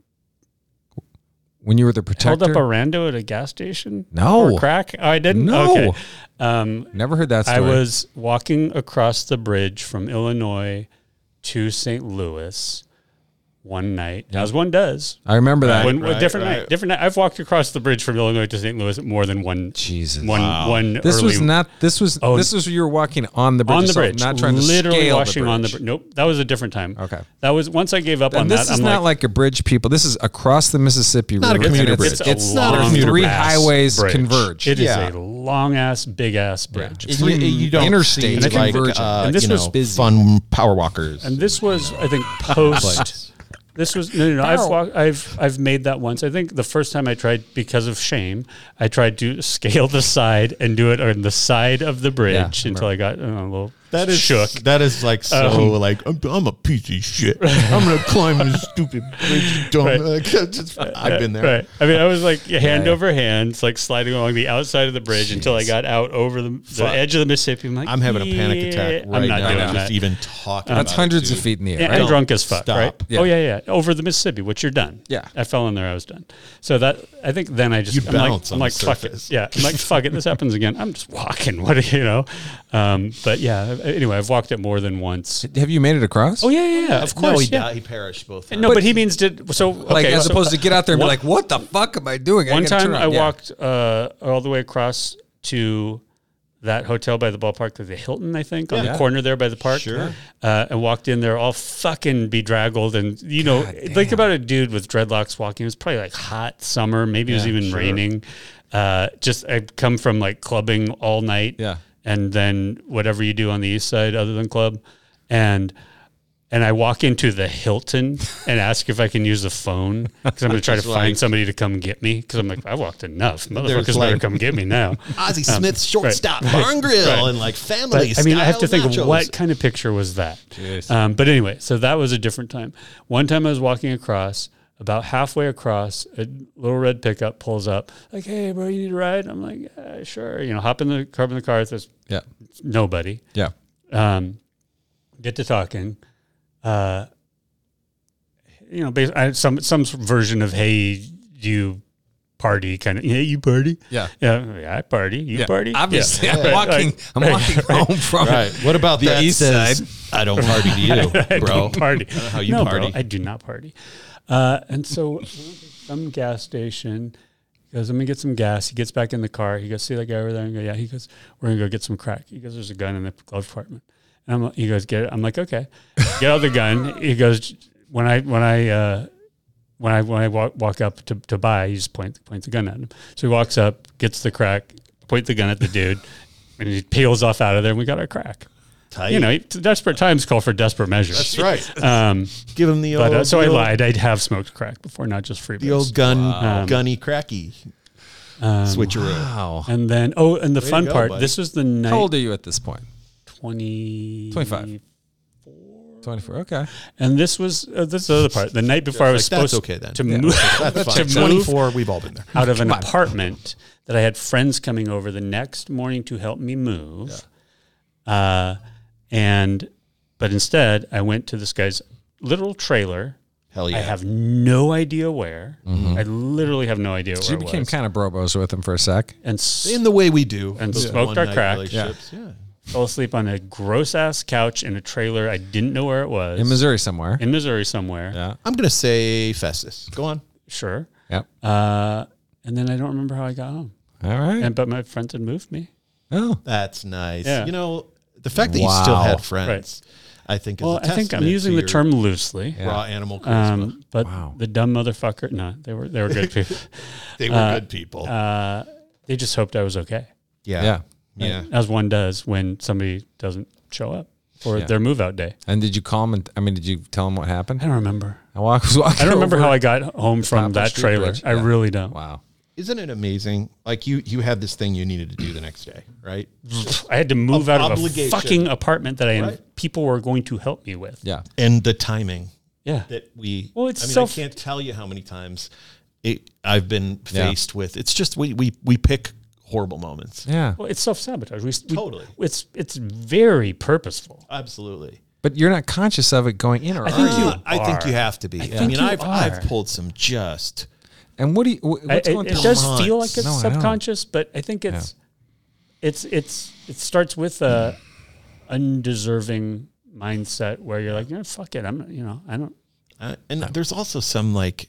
[SPEAKER 1] when you were the
[SPEAKER 2] held
[SPEAKER 1] protector.
[SPEAKER 2] up a rando at a gas station?
[SPEAKER 1] No.
[SPEAKER 2] Or crack? Oh, I didn't?
[SPEAKER 1] No.
[SPEAKER 2] Okay. Um,
[SPEAKER 1] Never heard that story.
[SPEAKER 2] I was walking across the bridge from Illinois to St. Louis one night, as one does.
[SPEAKER 1] I remember that.
[SPEAKER 2] When,
[SPEAKER 3] right,
[SPEAKER 2] different
[SPEAKER 3] right.
[SPEAKER 2] night, different night. I've walked across the bridge from Illinois to St. Louis more than one.
[SPEAKER 1] Jesus.
[SPEAKER 2] one, one.
[SPEAKER 1] this
[SPEAKER 2] early,
[SPEAKER 1] was not this was
[SPEAKER 2] Oh,
[SPEAKER 1] this was you were walking on the bridge.
[SPEAKER 2] on the
[SPEAKER 1] yourself,
[SPEAKER 2] bridge,
[SPEAKER 1] Not trying to
[SPEAKER 2] literally
[SPEAKER 1] scale
[SPEAKER 2] washing
[SPEAKER 1] the bridge.
[SPEAKER 2] on the bridge. Nope, that was a different time.
[SPEAKER 1] Okay.
[SPEAKER 2] that was once I gave up on
[SPEAKER 1] And this
[SPEAKER 2] that.
[SPEAKER 1] is
[SPEAKER 2] I'm
[SPEAKER 1] not like, a bridge, people. This is across the Mississippi
[SPEAKER 3] Not a
[SPEAKER 1] River.
[SPEAKER 3] commuter
[SPEAKER 1] and
[SPEAKER 3] bridge.
[SPEAKER 1] It's, it's,
[SPEAKER 3] It's
[SPEAKER 2] a
[SPEAKER 3] not a
[SPEAKER 2] long
[SPEAKER 3] commuter
[SPEAKER 1] three
[SPEAKER 3] bridge.
[SPEAKER 1] highways
[SPEAKER 2] bridge.
[SPEAKER 1] converge.
[SPEAKER 2] It is
[SPEAKER 3] Yeah.
[SPEAKER 2] a long ass, big ass bridge.
[SPEAKER 3] It's re- you don't
[SPEAKER 1] Interstate
[SPEAKER 3] see, like
[SPEAKER 1] converging.
[SPEAKER 3] uh,
[SPEAKER 2] And this
[SPEAKER 3] you
[SPEAKER 2] was
[SPEAKER 3] know,
[SPEAKER 1] busy.
[SPEAKER 3] fun power walkers.
[SPEAKER 2] And this was, I think, post This was no, no, no. I've walked, I've I've made that once. I think the first time I tried because of shame, I tried to scale the side and do it on the side of the bridge
[SPEAKER 1] Yeah,
[SPEAKER 2] until I got uh, a little
[SPEAKER 3] That is
[SPEAKER 2] shook. Um,
[SPEAKER 3] That is like so like I'm, I'm a piece of shit. I'm gonna climb this stupid bridge. you Dumb.
[SPEAKER 2] Right.
[SPEAKER 3] Like, just- I've been there.
[SPEAKER 2] Right. I mean, I was like hand
[SPEAKER 1] yeah.
[SPEAKER 2] over hand, it's like sliding along the outside of the bridge until I got out over the, the
[SPEAKER 3] Fuck.
[SPEAKER 2] edge of the Mississippi. I'm like,
[SPEAKER 3] I'm having a panic
[SPEAKER 2] "Yeah,
[SPEAKER 3] attack right
[SPEAKER 2] I'm not
[SPEAKER 3] now.
[SPEAKER 2] doing
[SPEAKER 3] just
[SPEAKER 2] that.
[SPEAKER 3] even talking.
[SPEAKER 1] That's
[SPEAKER 3] about it,
[SPEAKER 1] hundreds
[SPEAKER 3] dude.
[SPEAKER 1] of feet in the air.
[SPEAKER 2] and,
[SPEAKER 1] right?
[SPEAKER 2] and drunk as fuck,
[SPEAKER 3] Stop.
[SPEAKER 2] right?
[SPEAKER 1] Yeah.
[SPEAKER 2] Oh yeah, yeah. Over the Mississippi, which you're done.
[SPEAKER 1] Yeah.
[SPEAKER 2] I fell in there. I was done. So that I think then I just
[SPEAKER 3] You
[SPEAKER 2] I'm
[SPEAKER 3] bounce on
[SPEAKER 2] like,
[SPEAKER 3] the
[SPEAKER 2] I'm like fuck it.
[SPEAKER 3] surface.
[SPEAKER 2] Yeah, I'm like fuck it. This happens again. I'm just walking. What do you know? Um, but yeah. Anyway, I've walked it more than once.
[SPEAKER 1] Have you made it across?
[SPEAKER 2] Oh yeah, yeah. yeah of course.
[SPEAKER 3] No, he
[SPEAKER 2] yeah.
[SPEAKER 3] died. He perished both.
[SPEAKER 2] No, but, he means did so.
[SPEAKER 1] Like
[SPEAKER 2] okay,
[SPEAKER 1] as
[SPEAKER 2] so-
[SPEAKER 1] opposed to get out there and
[SPEAKER 2] One-
[SPEAKER 1] be like, what the fuck am I doing?
[SPEAKER 2] One
[SPEAKER 1] gotta
[SPEAKER 2] time
[SPEAKER 1] turn
[SPEAKER 2] I
[SPEAKER 1] around." Yeah.
[SPEAKER 2] walked uh, all the way across to that hotel by the ballpark, the Hilton, I think, on the corner there by the park.
[SPEAKER 3] Sure.
[SPEAKER 2] Uh, and walked in there all fucking bedraggled. And, you know, think about a dude with dreadlocks walking. It was probably like hot summer. Maybe it was even raining. Uh, just, I'd come from like clubbing all night.
[SPEAKER 1] Yeah.
[SPEAKER 2] And then whatever you do on the east side other than club. And, and I walk into the Hilton and ask if I can use the phone because I'm going to try to
[SPEAKER 3] Just
[SPEAKER 2] find
[SPEAKER 3] like-
[SPEAKER 2] somebody to come get me because I'm like I walked enough. Motherfuckers better
[SPEAKER 3] like-
[SPEAKER 2] come get me now.
[SPEAKER 3] Ozzie Smith's shortstop barn grill and like family.
[SPEAKER 2] But, I mean, I have to
[SPEAKER 3] style
[SPEAKER 2] think
[SPEAKER 3] nachos.
[SPEAKER 2] of what kind of picture was that. Um, but anyway, so that was a different time. One time I was walking across, about halfway across, a little red pickup pulls up, like, "Hey, bro, you need a ride?" I'm like, uh, "Sure," you know, hop in the car, in the car. There's
[SPEAKER 1] Yeah.
[SPEAKER 2] nobody.
[SPEAKER 1] Yeah.
[SPEAKER 2] um, get to talking. Uh, you know, bas- I, some some version of "Hey, you party" kind of "Hey, you party."
[SPEAKER 1] Yeah.
[SPEAKER 2] yeah, yeah I party. You
[SPEAKER 1] Yeah.
[SPEAKER 2] party.
[SPEAKER 1] Obviously,
[SPEAKER 2] Yeah.
[SPEAKER 1] I'm
[SPEAKER 2] Right,
[SPEAKER 1] walking.
[SPEAKER 2] right,
[SPEAKER 1] I'm
[SPEAKER 2] right,
[SPEAKER 1] walking home from.
[SPEAKER 3] Right. What about
[SPEAKER 1] The
[SPEAKER 3] that
[SPEAKER 1] east
[SPEAKER 3] says,
[SPEAKER 1] side.
[SPEAKER 3] I don't party to you, bro.
[SPEAKER 2] party.
[SPEAKER 3] how you
[SPEAKER 2] no,
[SPEAKER 3] party.
[SPEAKER 2] Bro, I do not party. Uh, and so, some gas station. He goes, I'm gonna get some gas. He gets back in the car. He goes, see that guy over there? And go, yeah. He goes, we're gonna go get some crack. He goes, there's a gun in the glove compartment. And I'm, like- he goes, get it. I'm like, okay. Get out the gun. He goes, when I when I uh, when I when I walk, walk up to, to buy, he just point points the gun at him. So he walks up, gets the crack, point the gun at the dude, and he peels off out of there. And we got our crack
[SPEAKER 3] Tight.
[SPEAKER 2] you know, desperate times call for desperate measures.
[SPEAKER 3] That's right.
[SPEAKER 2] Um,
[SPEAKER 3] Give him the old.
[SPEAKER 2] but uh, so
[SPEAKER 3] the
[SPEAKER 2] I
[SPEAKER 3] old-
[SPEAKER 2] lied. I'd have smoked crack before, not just free.
[SPEAKER 3] The old gun, gunny cracky
[SPEAKER 2] Um,
[SPEAKER 3] switcheroo.
[SPEAKER 1] Wow.
[SPEAKER 2] And then, oh, and the
[SPEAKER 3] to
[SPEAKER 2] fun
[SPEAKER 3] go,
[SPEAKER 2] part.
[SPEAKER 3] buddy.
[SPEAKER 2] This was the night.
[SPEAKER 1] How old are you at this point?
[SPEAKER 2] 20,
[SPEAKER 1] 25. 24. Okay.
[SPEAKER 2] And this was uh, this is the other part. The night before I was
[SPEAKER 3] like, that's
[SPEAKER 2] supposed
[SPEAKER 3] okay then.
[SPEAKER 2] to
[SPEAKER 3] Yeah,
[SPEAKER 2] move
[SPEAKER 3] That's fine.
[SPEAKER 2] to move
[SPEAKER 3] 24, we've all been there.
[SPEAKER 2] out of an apartment that I had friends coming over the next morning to help me move. Uh, and but instead, I went to this guy's little trailer.
[SPEAKER 3] Hell yeah. Mm-hmm.
[SPEAKER 2] I have no idea where. I literally have no idea
[SPEAKER 1] So
[SPEAKER 2] where
[SPEAKER 1] you became
[SPEAKER 2] it was.
[SPEAKER 1] kind of brobos with him for a sec.
[SPEAKER 2] and s-
[SPEAKER 3] In the way we do.
[SPEAKER 2] And
[SPEAKER 3] Those
[SPEAKER 2] smoked our
[SPEAKER 3] one-night
[SPEAKER 2] crack.
[SPEAKER 3] relationships, Yeah.
[SPEAKER 2] fell asleep on a gross ass couch in a trailer. I didn't know where it was
[SPEAKER 1] In Missouri somewhere.
[SPEAKER 2] in Missouri somewhere.
[SPEAKER 1] Yeah.
[SPEAKER 3] I'm going to say Festus. Go on.
[SPEAKER 2] Sure.
[SPEAKER 1] Yep.
[SPEAKER 2] Uh, and then I don't remember how I got home.
[SPEAKER 1] All right.
[SPEAKER 2] And but my friends had moved me.
[SPEAKER 1] oh.
[SPEAKER 3] That's nice.
[SPEAKER 2] Yeah.
[SPEAKER 3] You know, the fact that you still
[SPEAKER 1] Wow.
[SPEAKER 3] had friends, I think, is
[SPEAKER 2] Well,
[SPEAKER 3] a
[SPEAKER 2] I think I'm
[SPEAKER 3] testament
[SPEAKER 2] using
[SPEAKER 3] to
[SPEAKER 2] the
[SPEAKER 3] your
[SPEAKER 2] term loosely.
[SPEAKER 3] raw animal charisma.
[SPEAKER 2] Um, but
[SPEAKER 1] Wow.
[SPEAKER 2] the dumb motherfucker, no, they were they were good people.
[SPEAKER 3] they were good people.
[SPEAKER 2] Uh, they just hoped I was okay,
[SPEAKER 3] yeah.
[SPEAKER 1] Yeah.
[SPEAKER 3] Yeah.
[SPEAKER 2] as one does when somebody doesn't show up for their move out day.
[SPEAKER 1] And did you call him? And, I mean, did you tell him what happened?
[SPEAKER 2] I don't remember.
[SPEAKER 1] I walk, was walking
[SPEAKER 2] I don't remember
[SPEAKER 1] over-
[SPEAKER 2] how I got home from
[SPEAKER 1] Poplar
[SPEAKER 2] that
[SPEAKER 1] Street
[SPEAKER 2] trailer.
[SPEAKER 1] Bridge.
[SPEAKER 2] I
[SPEAKER 1] Yeah.
[SPEAKER 2] really don't.
[SPEAKER 1] Wow.
[SPEAKER 3] Isn't it amazing? Like you, you had this thing you needed to do the next day, right?
[SPEAKER 2] I had to
[SPEAKER 3] Of
[SPEAKER 2] move out of a
[SPEAKER 3] obligation.
[SPEAKER 2] fucking apartment that I
[SPEAKER 3] Right.
[SPEAKER 2] people were going to help me with.
[SPEAKER 1] Yeah.
[SPEAKER 3] And the timing
[SPEAKER 2] Yeah.
[SPEAKER 3] that we.
[SPEAKER 2] Well, it's
[SPEAKER 3] I mean,
[SPEAKER 2] self-
[SPEAKER 3] I can't tell you how many times it, I've been
[SPEAKER 1] Yeah.
[SPEAKER 3] faced with. It's just we we we pick horrible moments.
[SPEAKER 1] Yeah.
[SPEAKER 2] Well, it's self sabotage. We, we-
[SPEAKER 3] Totally.
[SPEAKER 2] It's it's very purposeful.
[SPEAKER 3] Absolutely.
[SPEAKER 1] But you're not conscious of it going in or out.
[SPEAKER 2] think you
[SPEAKER 3] Uh, I think
[SPEAKER 2] are.
[SPEAKER 3] you have to be. I,
[SPEAKER 2] think
[SPEAKER 3] mean,
[SPEAKER 2] you
[SPEAKER 3] I've
[SPEAKER 2] are.
[SPEAKER 3] I've pulled some just.
[SPEAKER 1] And what do you? wh-
[SPEAKER 2] I,
[SPEAKER 1] What's
[SPEAKER 2] it
[SPEAKER 1] going
[SPEAKER 2] it
[SPEAKER 1] through?
[SPEAKER 2] does
[SPEAKER 3] minds?
[SPEAKER 2] feel like it's
[SPEAKER 1] No, I know.
[SPEAKER 2] subconscious, but I think it's it's it's it starts with a undeserving mindset where you're like, yeah, fuck it, I'm not- you know, I don't.
[SPEAKER 3] Uh, and there's also some like,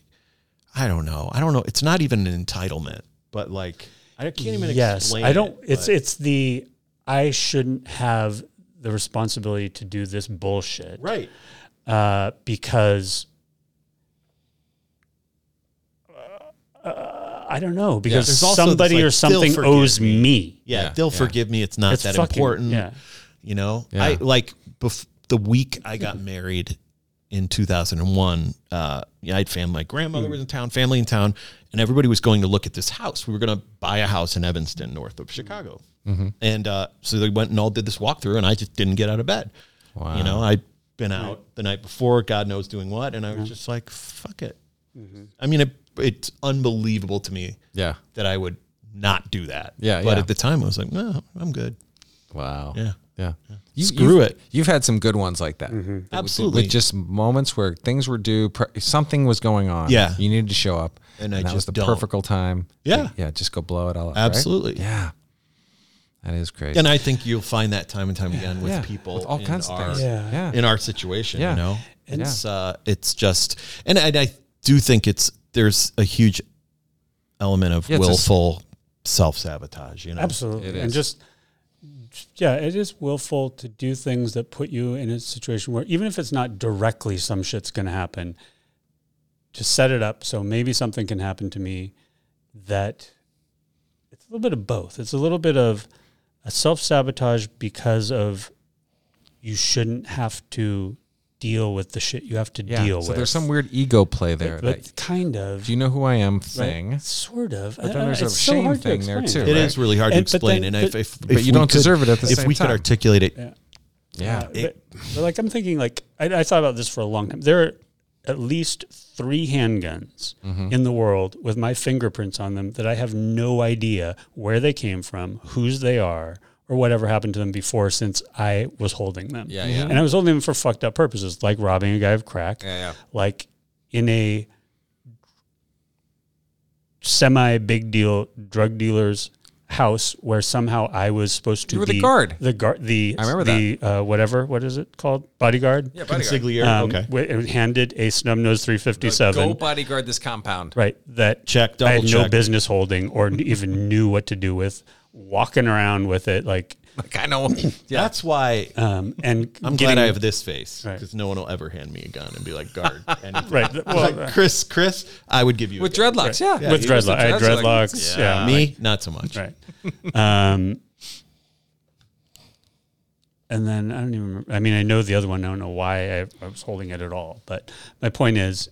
[SPEAKER 3] I don't know. I don't know. It's not even an entitlement, but like I can't even
[SPEAKER 2] yes,
[SPEAKER 3] explain.
[SPEAKER 2] I don't.
[SPEAKER 3] it,
[SPEAKER 2] it's
[SPEAKER 3] but
[SPEAKER 2] it's the I shouldn't have the responsibility to do this bullshit,
[SPEAKER 3] right.
[SPEAKER 2] Uh, because. Uh, I don't know because
[SPEAKER 3] There's also this,
[SPEAKER 2] somebody
[SPEAKER 3] like,
[SPEAKER 2] or
[SPEAKER 3] still
[SPEAKER 2] something
[SPEAKER 3] forgive
[SPEAKER 2] owes me.
[SPEAKER 3] Yeah,
[SPEAKER 1] Yeah,
[SPEAKER 3] they'll
[SPEAKER 1] yeah.
[SPEAKER 3] forgive me. It's not
[SPEAKER 2] It's
[SPEAKER 3] that
[SPEAKER 2] fucking-
[SPEAKER 3] important.
[SPEAKER 2] yeah.
[SPEAKER 3] You know,
[SPEAKER 1] Yeah.
[SPEAKER 3] I like bef- the week I got married. in 2001. Uh, yeah, I had family. My grandmother was in town, family in town, and everybody was going to look at this house. We were going to buy a house in Evanston, north of Chicago. And uh, so they went and all did this walkthrough, and I just didn't get out of bed. You know, I'd been out the night before, God knows doing what, and I was just like, fuck it.
[SPEAKER 2] Mm-hmm.
[SPEAKER 3] I mean, it, it's unbelievable to me
[SPEAKER 1] Yeah.
[SPEAKER 3] that I would not do that.
[SPEAKER 1] Yeah,
[SPEAKER 3] But
[SPEAKER 1] yeah.
[SPEAKER 3] at the time, I was like, no, I'm good.
[SPEAKER 1] Wow.
[SPEAKER 3] Yeah.
[SPEAKER 1] Yeah. You,
[SPEAKER 3] Screw
[SPEAKER 1] you've-
[SPEAKER 3] it.
[SPEAKER 1] You've had some good ones like that.
[SPEAKER 3] Absolutely.
[SPEAKER 1] With just moments where things were due, pr- something was going on.
[SPEAKER 3] Yeah.
[SPEAKER 1] You needed to show up.
[SPEAKER 3] And I
[SPEAKER 1] that was
[SPEAKER 3] just
[SPEAKER 1] the
[SPEAKER 3] don't.
[SPEAKER 1] perfect time.
[SPEAKER 3] Yeah.
[SPEAKER 1] Yeah. Just go blow it all up. right?
[SPEAKER 3] Absolutely.
[SPEAKER 1] Yeah. That is crazy.
[SPEAKER 3] And I think you'll find that time and time again with
[SPEAKER 1] Yeah,
[SPEAKER 3] people
[SPEAKER 1] with all
[SPEAKER 3] in
[SPEAKER 1] kinds of
[SPEAKER 3] our-
[SPEAKER 1] things. Yeah. Yeah.
[SPEAKER 3] in our situation,
[SPEAKER 1] Yeah.
[SPEAKER 3] you know.
[SPEAKER 1] Yeah.
[SPEAKER 3] It's uh it's just and I, I do think it's there's a huge element of
[SPEAKER 1] Yeah, it's a s-
[SPEAKER 3] willful self sabotage, you know.
[SPEAKER 2] Absolutely.
[SPEAKER 1] It
[SPEAKER 2] And
[SPEAKER 1] is.
[SPEAKER 2] just, yeah, it is willful to do things that put you in a situation where even if it's not directly some shit's going to happen, just set it up so maybe something can happen to me that it's a little bit of both. It's a little bit of a self sabotage because of you shouldn't have to deal with the shit you have to
[SPEAKER 1] yeah.
[SPEAKER 2] deal
[SPEAKER 1] so
[SPEAKER 2] with.
[SPEAKER 1] there's some weird ego play there.
[SPEAKER 2] but
[SPEAKER 1] that,
[SPEAKER 2] kind of
[SPEAKER 1] do you know who I am thing?
[SPEAKER 2] right? sort of.
[SPEAKER 1] But
[SPEAKER 2] I-
[SPEAKER 1] then
[SPEAKER 2] I-
[SPEAKER 1] there's a
[SPEAKER 2] it's so
[SPEAKER 1] shame
[SPEAKER 2] hard to
[SPEAKER 1] thing there,
[SPEAKER 2] explain.
[SPEAKER 1] too.
[SPEAKER 3] It is
[SPEAKER 1] Right.
[SPEAKER 3] really hard to
[SPEAKER 2] And- but
[SPEAKER 3] explain,
[SPEAKER 2] then-
[SPEAKER 3] and if,
[SPEAKER 2] but-
[SPEAKER 3] if,
[SPEAKER 1] But
[SPEAKER 3] if
[SPEAKER 1] you
[SPEAKER 3] we
[SPEAKER 1] don't
[SPEAKER 3] could-
[SPEAKER 1] deserve it at the
[SPEAKER 3] if
[SPEAKER 1] same
[SPEAKER 3] we
[SPEAKER 1] time.
[SPEAKER 3] could articulate it,
[SPEAKER 1] Yeah.
[SPEAKER 2] Uh, but, but, like I'm thinking, like I, I thought about this for a long time. There are at least three handguns
[SPEAKER 1] Mm-hmm.
[SPEAKER 2] in the world with my fingerprints on them that I have no idea where they came from, whose they are, or whatever happened to them before since I was holding them.
[SPEAKER 1] Yeah, yeah.
[SPEAKER 2] And I was holding them for fucked up purposes, like robbing a guy of crack,
[SPEAKER 1] yeah.
[SPEAKER 2] like in a semi big deal drug dealer's house where somehow I was supposed to
[SPEAKER 1] You were the
[SPEAKER 2] be
[SPEAKER 1] guard.
[SPEAKER 2] the guard, the
[SPEAKER 1] I remember
[SPEAKER 2] the uh, whatever, what is it called, bodyguard? Yeah,
[SPEAKER 3] consigliere,
[SPEAKER 2] um,
[SPEAKER 3] okay,
[SPEAKER 2] wa- it handed a snub nose three fifty
[SPEAKER 1] Go
[SPEAKER 2] seven,
[SPEAKER 1] bodyguard this compound.
[SPEAKER 2] right? That
[SPEAKER 3] Check,
[SPEAKER 2] I had
[SPEAKER 3] double
[SPEAKER 2] no
[SPEAKER 3] check.
[SPEAKER 2] business holding or n- even knew what to do with, walking around with it, like,
[SPEAKER 1] Like I know. yeah.
[SPEAKER 3] that's why
[SPEAKER 2] um, and
[SPEAKER 3] I'm
[SPEAKER 2] getting-
[SPEAKER 3] glad I have this face
[SPEAKER 2] Right.
[SPEAKER 3] because no one will ever hand me a gun and be like guard. anything.
[SPEAKER 2] right. th- Well, uh,
[SPEAKER 3] Like, Chris, Chris, I would give you a
[SPEAKER 1] With
[SPEAKER 3] gun.
[SPEAKER 1] dreadlocks. Yeah.
[SPEAKER 2] with
[SPEAKER 1] he was a
[SPEAKER 2] dreadlocks, I had
[SPEAKER 1] dreadlock.
[SPEAKER 2] dreadlocks.
[SPEAKER 3] Yeah,
[SPEAKER 2] Yeah,
[SPEAKER 3] me, not so much.
[SPEAKER 2] Right. um, and then I don't even. Remember, I mean, I know the other one. I don't know why I, I was holding it at all. But my point is,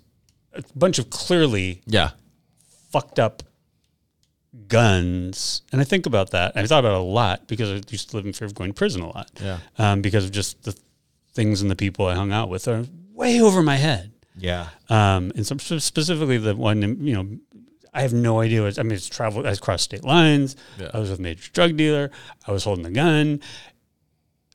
[SPEAKER 2] a bunch of clearly
[SPEAKER 1] Yeah.
[SPEAKER 2] fucked up guns. And I think about that. I thought about it a lot because I used to live in fear of going to prison a lot.
[SPEAKER 1] Yeah.
[SPEAKER 2] Um, because of just the things and the people I hung out with are way over my head.
[SPEAKER 3] Yeah,
[SPEAKER 2] Um, and some specifically the one, in, you know, I have no idea. What, I mean, it's travel. I was crossed state lines. I was with a major drug dealer. I was holding a gun.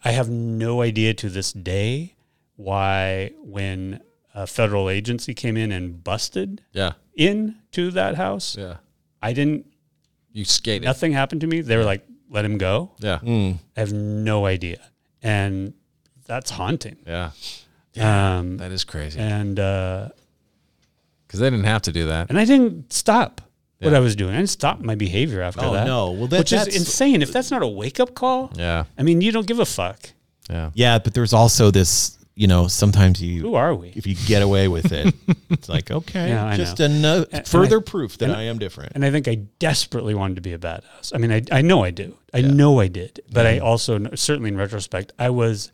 [SPEAKER 2] I have no idea to this day why when a federal agency came in and busted
[SPEAKER 1] Yeah.
[SPEAKER 2] into that house,
[SPEAKER 1] Yeah.
[SPEAKER 2] I didn't.
[SPEAKER 1] You skated.
[SPEAKER 2] Nothing happened to me. They were like, "Let him go."
[SPEAKER 1] Yeah.
[SPEAKER 2] I have no idea, and that's haunting.
[SPEAKER 1] Yeah.
[SPEAKER 2] Um,
[SPEAKER 1] That is crazy.
[SPEAKER 2] and uh,
[SPEAKER 1] Because they didn't have to do that.
[SPEAKER 2] and I didn't stop what I was doing. I didn't stop my behavior after
[SPEAKER 3] Oh,
[SPEAKER 2] that.
[SPEAKER 3] no. Well, that-
[SPEAKER 2] which is
[SPEAKER 3] that's-
[SPEAKER 2] insane. If that's not a wake up call,
[SPEAKER 1] Yeah.
[SPEAKER 2] I mean, you don't give a fuck.
[SPEAKER 1] Yeah.
[SPEAKER 3] yeah, but there's also this. You know, sometimes you
[SPEAKER 2] Who are we?
[SPEAKER 3] if you get away with it, it's like okay,
[SPEAKER 2] Yeah, I
[SPEAKER 3] just
[SPEAKER 2] know.
[SPEAKER 3] another
[SPEAKER 2] And-
[SPEAKER 3] further
[SPEAKER 2] and I-
[SPEAKER 3] proof that I am different.
[SPEAKER 2] And I think I desperately wanted to be a badass. I mean, I, I know I do. I know I did. But I also, kn- certainly in retrospect, I was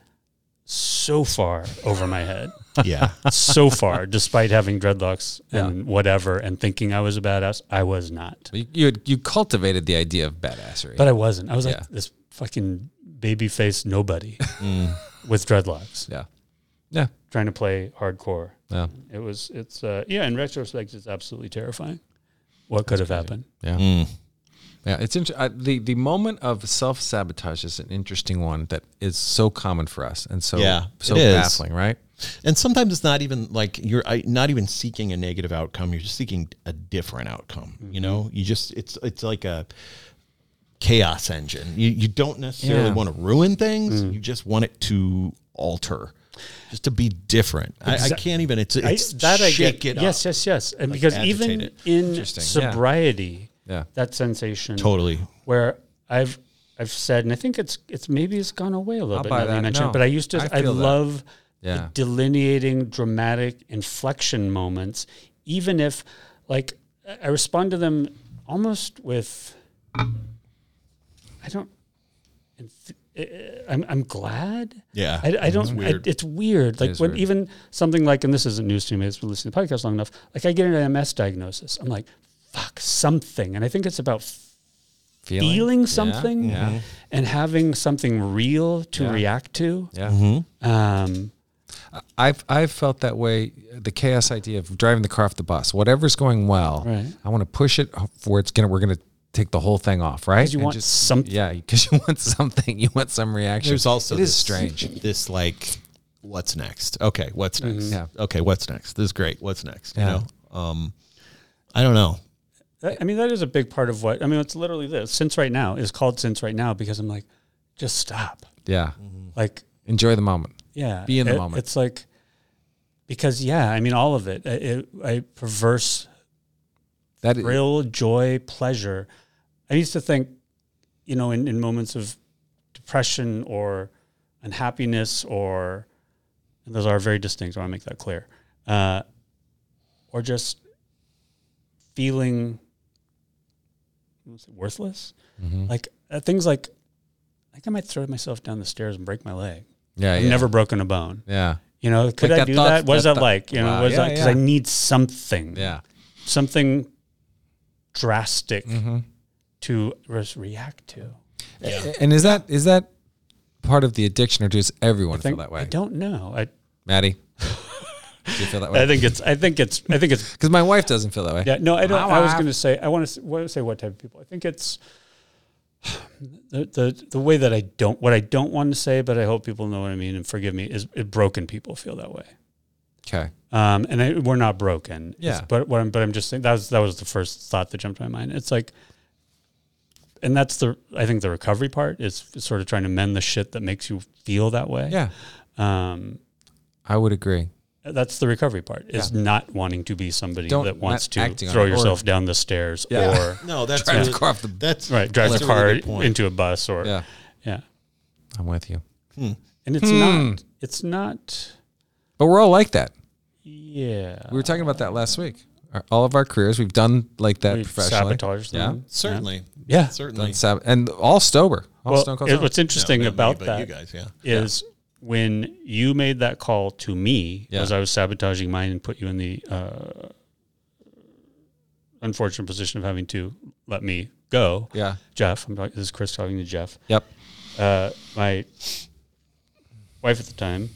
[SPEAKER 2] so far over my head.
[SPEAKER 3] yeah,
[SPEAKER 2] so far, despite having dreadlocks
[SPEAKER 1] Yeah.
[SPEAKER 2] and whatever and thinking I was a badass, I was not.
[SPEAKER 1] You, you, had- you cultivated the idea of badassery.
[SPEAKER 2] But I wasn't. I was
[SPEAKER 1] Yeah.
[SPEAKER 2] like this fucking baby faced nobody with dreadlocks
[SPEAKER 1] Mm. yeah. Yeah.
[SPEAKER 2] trying to play hardcore.
[SPEAKER 1] Yeah.
[SPEAKER 2] It was, it's, uh, yeah, in retrospect, it's absolutely terrifying what could have happened.
[SPEAKER 1] Yeah. Mm. Yeah, it's inter- uh, the the moment of self sabotage is an interesting one that is so common for us and so
[SPEAKER 3] Yeah,
[SPEAKER 1] so
[SPEAKER 3] it is.
[SPEAKER 1] baffling, right?
[SPEAKER 3] and sometimes it's not even like you're I, not even seeking a negative outcome. You're just seeking a different outcome. You know,
[SPEAKER 2] Mm-hmm.
[SPEAKER 3] you just it's it's like a chaos engine. You you don't necessarily
[SPEAKER 1] Yeah.
[SPEAKER 3] want to ruin things.
[SPEAKER 2] Mm.
[SPEAKER 3] You just want it to alter, just to be different. I, I
[SPEAKER 2] Exac-
[SPEAKER 3] can't even. It's,
[SPEAKER 2] I-
[SPEAKER 3] it's
[SPEAKER 2] that I
[SPEAKER 3] shake
[SPEAKER 2] get.
[SPEAKER 3] it
[SPEAKER 2] yes,
[SPEAKER 3] up.
[SPEAKER 2] yes, yes. And because
[SPEAKER 3] agitate
[SPEAKER 2] even
[SPEAKER 3] it.
[SPEAKER 2] in
[SPEAKER 1] Interesting, yeah.
[SPEAKER 2] sobriety,
[SPEAKER 1] Yeah.
[SPEAKER 2] that sensation
[SPEAKER 3] Totally.
[SPEAKER 2] where I've I've said, and I think it's it's maybe it's gone away a little
[SPEAKER 1] I'll
[SPEAKER 2] bit
[SPEAKER 1] buy
[SPEAKER 2] now that
[SPEAKER 1] that.
[SPEAKER 2] you mentioned
[SPEAKER 1] No,
[SPEAKER 2] it. But I used to
[SPEAKER 1] I
[SPEAKER 2] I,
[SPEAKER 1] feel that.
[SPEAKER 2] love
[SPEAKER 1] Yeah.
[SPEAKER 2] the delineating dramatic inflection moments, even if like I- I respond to them almost with I don't enth- eh, I'm, I'm glad.
[SPEAKER 3] Yeah,
[SPEAKER 2] I, I don't.
[SPEAKER 3] it's
[SPEAKER 2] It's
[SPEAKER 3] weird.
[SPEAKER 2] weird. I, it's weird. Like
[SPEAKER 1] is
[SPEAKER 2] when
[SPEAKER 1] weird.
[SPEAKER 2] even something like, and this isn't news to me. It's been listening to the podcast long enough. Like I get an MS diagnosis. I'm like, fuck something, and I think it's about
[SPEAKER 1] Feeling,
[SPEAKER 2] feeling something
[SPEAKER 1] Yeah. yeah.
[SPEAKER 2] and having something real to
[SPEAKER 1] Yeah.
[SPEAKER 2] react to.
[SPEAKER 1] Yeah.
[SPEAKER 2] Um,
[SPEAKER 1] I've I've felt that way. The chaos idea of driving the car off the bus, whatever's going well,
[SPEAKER 2] Right.
[SPEAKER 1] I want to push it where it's gonna. We're gonna take the whole thing off, right?
[SPEAKER 2] 'Cause you
[SPEAKER 1] And
[SPEAKER 2] want something.
[SPEAKER 1] Yeah, because you want something. You want some reaction.
[SPEAKER 3] There's also
[SPEAKER 1] it is
[SPEAKER 3] this,
[SPEAKER 1] strange. Mm-hmm.
[SPEAKER 3] This like, what's next? Okay, what's next?
[SPEAKER 1] Yeah.
[SPEAKER 3] Okay, what's next? This is great. What's next?
[SPEAKER 1] Yeah.
[SPEAKER 3] You know, um, I don't know.
[SPEAKER 2] That- I mean, that is a big part of what I mean. It's literally this. Since right now is called since right now because I'm like, just stop.
[SPEAKER 1] Yeah,
[SPEAKER 3] Mm-hmm.
[SPEAKER 2] Like,
[SPEAKER 1] enjoy the moment.
[SPEAKER 2] yeah,
[SPEAKER 1] Mm. Be in the
[SPEAKER 2] it-
[SPEAKER 1] moment.
[SPEAKER 2] It's like because yeah, I mean, all of it. I- it I perverse
[SPEAKER 1] That is,
[SPEAKER 2] thrill, joy, pleasure. I used to think, you know, in, in moments of depression or unhappiness or, and those are very distinct, I want to make that clear, uh, or just feeling I won't say worthless.
[SPEAKER 1] Mm-hmm.
[SPEAKER 2] Like uh, things like, I think I might throw myself down the stairs and break my leg.
[SPEAKER 1] yeah,
[SPEAKER 2] I've
[SPEAKER 1] yeah,
[SPEAKER 2] never broken a bone.
[SPEAKER 1] yeah,
[SPEAKER 2] You know, could I
[SPEAKER 1] that
[SPEAKER 2] do
[SPEAKER 1] thought-
[SPEAKER 2] that? What is
[SPEAKER 1] that
[SPEAKER 2] that,
[SPEAKER 1] thought-
[SPEAKER 2] like? You know,
[SPEAKER 1] Wow.
[SPEAKER 2] what is
[SPEAKER 1] Yeah,
[SPEAKER 2] that? Because
[SPEAKER 1] yeah.
[SPEAKER 2] I need something
[SPEAKER 1] yeah.
[SPEAKER 2] something drastic
[SPEAKER 1] Mm-hmm.
[SPEAKER 2] to res- react to.
[SPEAKER 1] A- And is that is that part of the addiction, or does everyone feel
[SPEAKER 2] Think-
[SPEAKER 1] that way?
[SPEAKER 2] I don't know. I,
[SPEAKER 1] Maddie, do you feel that
[SPEAKER 2] I
[SPEAKER 1] way?
[SPEAKER 2] think it's. I think it's. I think it's.
[SPEAKER 1] Because my wife doesn't feel that way.
[SPEAKER 2] Yeah. No, I don't.
[SPEAKER 1] My
[SPEAKER 2] I was
[SPEAKER 1] wife.
[SPEAKER 2] going to say. I want to say what type of people. I think it's the the the way that I don't what I don't want to say, but I hope people know what I mean and forgive me. Is, is broken people feel that way.
[SPEAKER 1] Okay.
[SPEAKER 2] Um, and I, we're not broken. It's-
[SPEAKER 1] Yeah.
[SPEAKER 2] But what I'm, but I'm just saying that was that was the first thought that jumped to my mind. It's like, and that's the I think the recovery part is sort of trying to mend the shit that makes you feel that way.
[SPEAKER 1] Yeah,
[SPEAKER 2] Um,
[SPEAKER 1] I would agree.
[SPEAKER 2] that's the recovery part is not wanting to be somebody
[SPEAKER 1] Don't-
[SPEAKER 2] that wants
[SPEAKER 1] not
[SPEAKER 2] to
[SPEAKER 1] acting on
[SPEAKER 2] throw
[SPEAKER 1] it, or-
[SPEAKER 2] yourself down the stairs or
[SPEAKER 3] No, that's
[SPEAKER 1] Drive
[SPEAKER 3] really,
[SPEAKER 1] the car off the-
[SPEAKER 3] that's
[SPEAKER 2] right drive
[SPEAKER 3] that's
[SPEAKER 2] the
[SPEAKER 3] a really
[SPEAKER 2] car
[SPEAKER 3] good point.
[SPEAKER 2] into a bus or
[SPEAKER 1] Yeah, Hmm.
[SPEAKER 2] yeah.
[SPEAKER 1] I'm with you.
[SPEAKER 2] And it's not. It's not.
[SPEAKER 1] But we're all like that.
[SPEAKER 2] Yeah.
[SPEAKER 1] We were talking about that last week. Our, all of our careers, we've done like that
[SPEAKER 2] We've
[SPEAKER 1] professionally.
[SPEAKER 2] sabotaged
[SPEAKER 1] Yeah.
[SPEAKER 2] them.
[SPEAKER 3] certainly.
[SPEAKER 2] Yeah.
[SPEAKER 3] certainly.
[SPEAKER 1] Done sab- and all sober. All
[SPEAKER 2] Well,
[SPEAKER 1] stone cold
[SPEAKER 2] it-
[SPEAKER 1] sober.
[SPEAKER 2] what's interesting
[SPEAKER 3] No, not me,
[SPEAKER 2] about
[SPEAKER 3] but
[SPEAKER 2] that
[SPEAKER 3] you guys, yeah.
[SPEAKER 2] is when you made that call to me
[SPEAKER 1] Yeah.
[SPEAKER 2] as I was sabotaging mine and put you in the uh, unfortunate position of having to let me go.
[SPEAKER 1] Yeah.
[SPEAKER 2] Jeff, I'm talking, this is Chris talking to Jeff.
[SPEAKER 1] Yep.
[SPEAKER 2] Uh, my wife at the time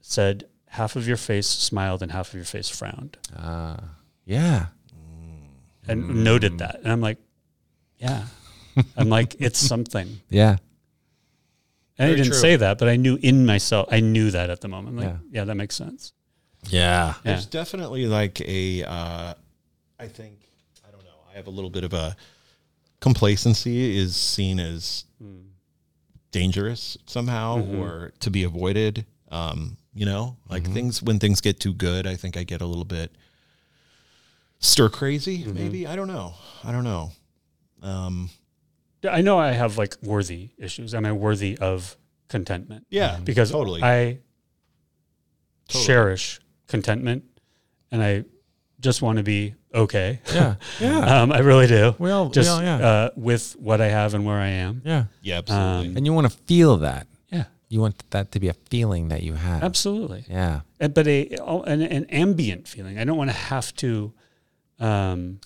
[SPEAKER 2] said, half of your face smiled and half of your face frowned
[SPEAKER 1] Yeah.
[SPEAKER 2] and noted that. And I'm like, yeah. I'm like, it's something.
[SPEAKER 1] Yeah.
[SPEAKER 2] And I
[SPEAKER 3] Very
[SPEAKER 2] didn't
[SPEAKER 3] true.
[SPEAKER 2] say that, but I knew in myself, I knew that at the moment. I'm like,
[SPEAKER 1] Yeah.
[SPEAKER 2] yeah, that makes sense.
[SPEAKER 1] Yeah.
[SPEAKER 2] Yeah.
[SPEAKER 3] There's definitely like a, uh, I think, I don't know, I have a little bit of a complacency is seen as
[SPEAKER 1] Hmm.
[SPEAKER 3] dangerous somehow
[SPEAKER 1] Mm-hmm.
[SPEAKER 3] or to be avoided. Um, you know, like things, when things get too good, I think I get a little bit stir crazy,
[SPEAKER 1] Mm-hmm.
[SPEAKER 3] maybe. I don't know. I don't know. Um,
[SPEAKER 2] I know I have like worthy issues. Am I worthy of contentment?
[SPEAKER 3] yeah.
[SPEAKER 2] Because
[SPEAKER 3] totally.
[SPEAKER 2] I
[SPEAKER 3] Totally.
[SPEAKER 2] cherish contentment and I just want to be okay.
[SPEAKER 1] Yeah. Yeah.
[SPEAKER 2] um, I really do.
[SPEAKER 1] We all- we
[SPEAKER 2] just
[SPEAKER 1] all- yeah.
[SPEAKER 2] uh, with what I have and where I am.
[SPEAKER 1] Yeah.
[SPEAKER 3] yeah, absolutely.
[SPEAKER 1] And you want to feel that.
[SPEAKER 2] Yeah,
[SPEAKER 1] You want that to be a feeling that you have.
[SPEAKER 2] absolutely.
[SPEAKER 1] Yeah.
[SPEAKER 2] And- But a an, an ambient feeling. I don't want to have to um,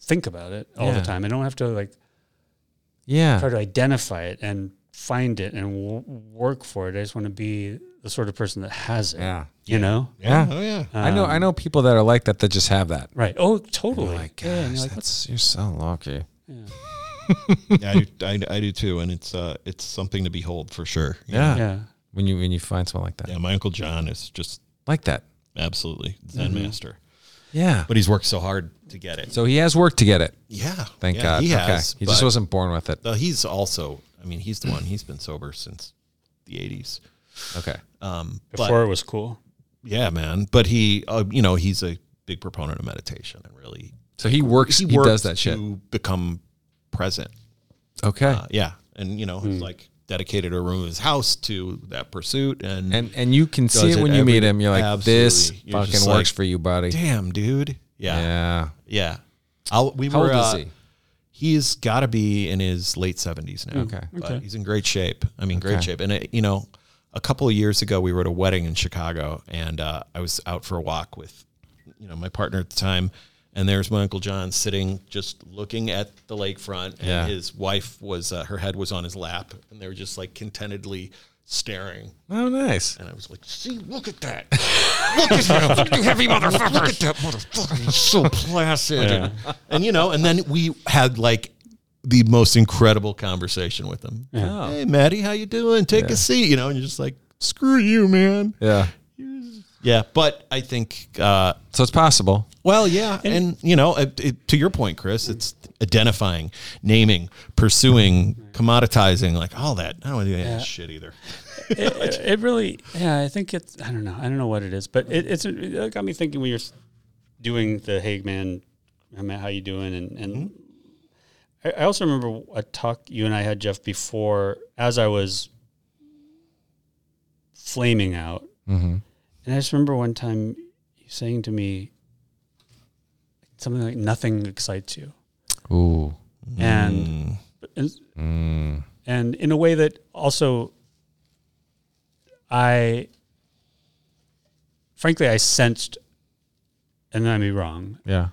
[SPEAKER 2] think about it all
[SPEAKER 1] Yeah.
[SPEAKER 2] the time. I don't have to like try
[SPEAKER 1] Yeah.
[SPEAKER 2] to identify it and find it and w- work for it. I just want to be the sort of person that has it.
[SPEAKER 1] Yeah.
[SPEAKER 2] You know?
[SPEAKER 1] Yeah.
[SPEAKER 3] Oh, yeah.
[SPEAKER 1] I know. I know people that are like that that just have that.
[SPEAKER 2] Right. Oh,
[SPEAKER 1] You're
[SPEAKER 2] totally.
[SPEAKER 1] like,
[SPEAKER 2] Yeah, and
[SPEAKER 1] gosh,
[SPEAKER 2] you're like, what-
[SPEAKER 1] that's you're so lucky.
[SPEAKER 3] yeah, I do, I, I do too, and it's uh, it's something to behold for sure.
[SPEAKER 1] Yeah.
[SPEAKER 2] yeah.
[SPEAKER 1] When you when you find someone like that,
[SPEAKER 3] yeah. My uncle John is just
[SPEAKER 1] like that.
[SPEAKER 3] absolutely Zen
[SPEAKER 1] Mm-hmm.
[SPEAKER 3] master,
[SPEAKER 1] Yeah.
[SPEAKER 3] but he's worked so hard to get it.
[SPEAKER 1] So he has work to get it.
[SPEAKER 3] yeah,
[SPEAKER 1] Thank
[SPEAKER 3] yeah,
[SPEAKER 1] God.
[SPEAKER 3] He
[SPEAKER 1] okay.
[SPEAKER 3] has.
[SPEAKER 1] he just
[SPEAKER 3] but-
[SPEAKER 1] wasn't born with it.
[SPEAKER 3] though he's also, I mean, he's the one. He's been sober since the '80s.
[SPEAKER 1] Okay.
[SPEAKER 3] Um, but
[SPEAKER 2] Before it was cool.
[SPEAKER 3] yeah, man. But he, uh, you know, he's a big proponent of meditation and really
[SPEAKER 1] So he works. He,
[SPEAKER 3] worked
[SPEAKER 1] does that shit.
[SPEAKER 3] to become present.
[SPEAKER 1] Okay.
[SPEAKER 3] Uh, yeah, and you know, he's like dedicated a room of his house to that pursuit, and
[SPEAKER 1] and and you can see
[SPEAKER 3] does
[SPEAKER 1] it
[SPEAKER 3] it
[SPEAKER 1] when you
[SPEAKER 3] every-
[SPEAKER 1] meet him. You're like, this
[SPEAKER 3] Absolutely. You're
[SPEAKER 1] fucking
[SPEAKER 3] just
[SPEAKER 1] works
[SPEAKER 3] like,
[SPEAKER 1] for you, buddy.
[SPEAKER 3] damn, dude. Yeah.
[SPEAKER 1] Yeah.
[SPEAKER 3] Yeah. I'll, we
[SPEAKER 1] How
[SPEAKER 3] were,
[SPEAKER 1] old
[SPEAKER 3] uh,
[SPEAKER 1] is he?
[SPEAKER 3] He's got to be in his late seventies now.
[SPEAKER 1] Okay.
[SPEAKER 3] but he's in great shape. I mean, great
[SPEAKER 1] Okay.
[SPEAKER 3] shape. And uh, you know, a couple of years ago, we were at a wedding in Chicago, and uh, I was out for a walk with, you know, my partner at the time, and there's my uncle John sitting just looking at the lakefront, and
[SPEAKER 1] Yeah.
[SPEAKER 3] his wife was uh, her head was on his lap, and they were just like contentedly staring
[SPEAKER 1] Oh, nice.
[SPEAKER 3] and I was like, see, look at that. Look at that. You heavy motherfucker. Look at that motherfucker. He's so placid. And, and, you know, and then we had like the most incredible conversation with him. Hey, Maddie, how you doing? Take a seat. You know, and you're just like, screw you, man.
[SPEAKER 1] Yeah.
[SPEAKER 3] Yeah. But I think, uh,
[SPEAKER 1] So it's possible.
[SPEAKER 3] well, yeah. And, you know, it, it, to your point, Chris, it's identifying, naming, pursuing, commoditizing, like all that. I don't want to do that shit either.
[SPEAKER 2] it, it- it really, yeah, I think it's, I don't know. I don't know what it is, but it, it's, it got me thinking when you're s- doing the Hagman, man, how you doing? And, and I, I also remember a talk you and I had, Jeff, before as I was flaming out. And I just remember one time you saying to me something like, nothing excites you
[SPEAKER 1] Ooh. Mm.
[SPEAKER 2] and and, and in a way that also I frankly I sensed and I may be wrong,
[SPEAKER 1] Yeah.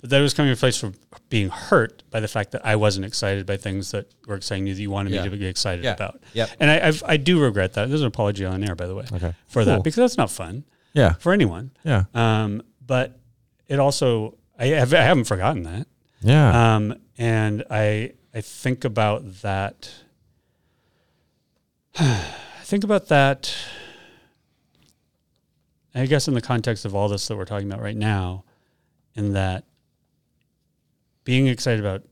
[SPEAKER 2] but that it was coming to a place from being hurt by the fact that I wasn't excited by things that were exciting you that you wanted
[SPEAKER 3] Yeah.
[SPEAKER 2] me to be excited
[SPEAKER 1] Yeah.
[SPEAKER 2] about.
[SPEAKER 3] Yep.
[SPEAKER 2] And I I've, I do regret that. There's an apology on air by the way
[SPEAKER 1] Okay.
[SPEAKER 2] for
[SPEAKER 1] Cool.
[SPEAKER 2] that because that's not fun
[SPEAKER 1] Yeah.
[SPEAKER 2] for anyone.
[SPEAKER 1] Yeah.
[SPEAKER 3] Uh,
[SPEAKER 2] Um, but it also I, have, I haven't forgotten that.
[SPEAKER 1] Yeah.
[SPEAKER 3] uh,
[SPEAKER 2] Um, and I I think about that. I think about that. I guess in the context of all this that we're talking about right now, in that being excited about,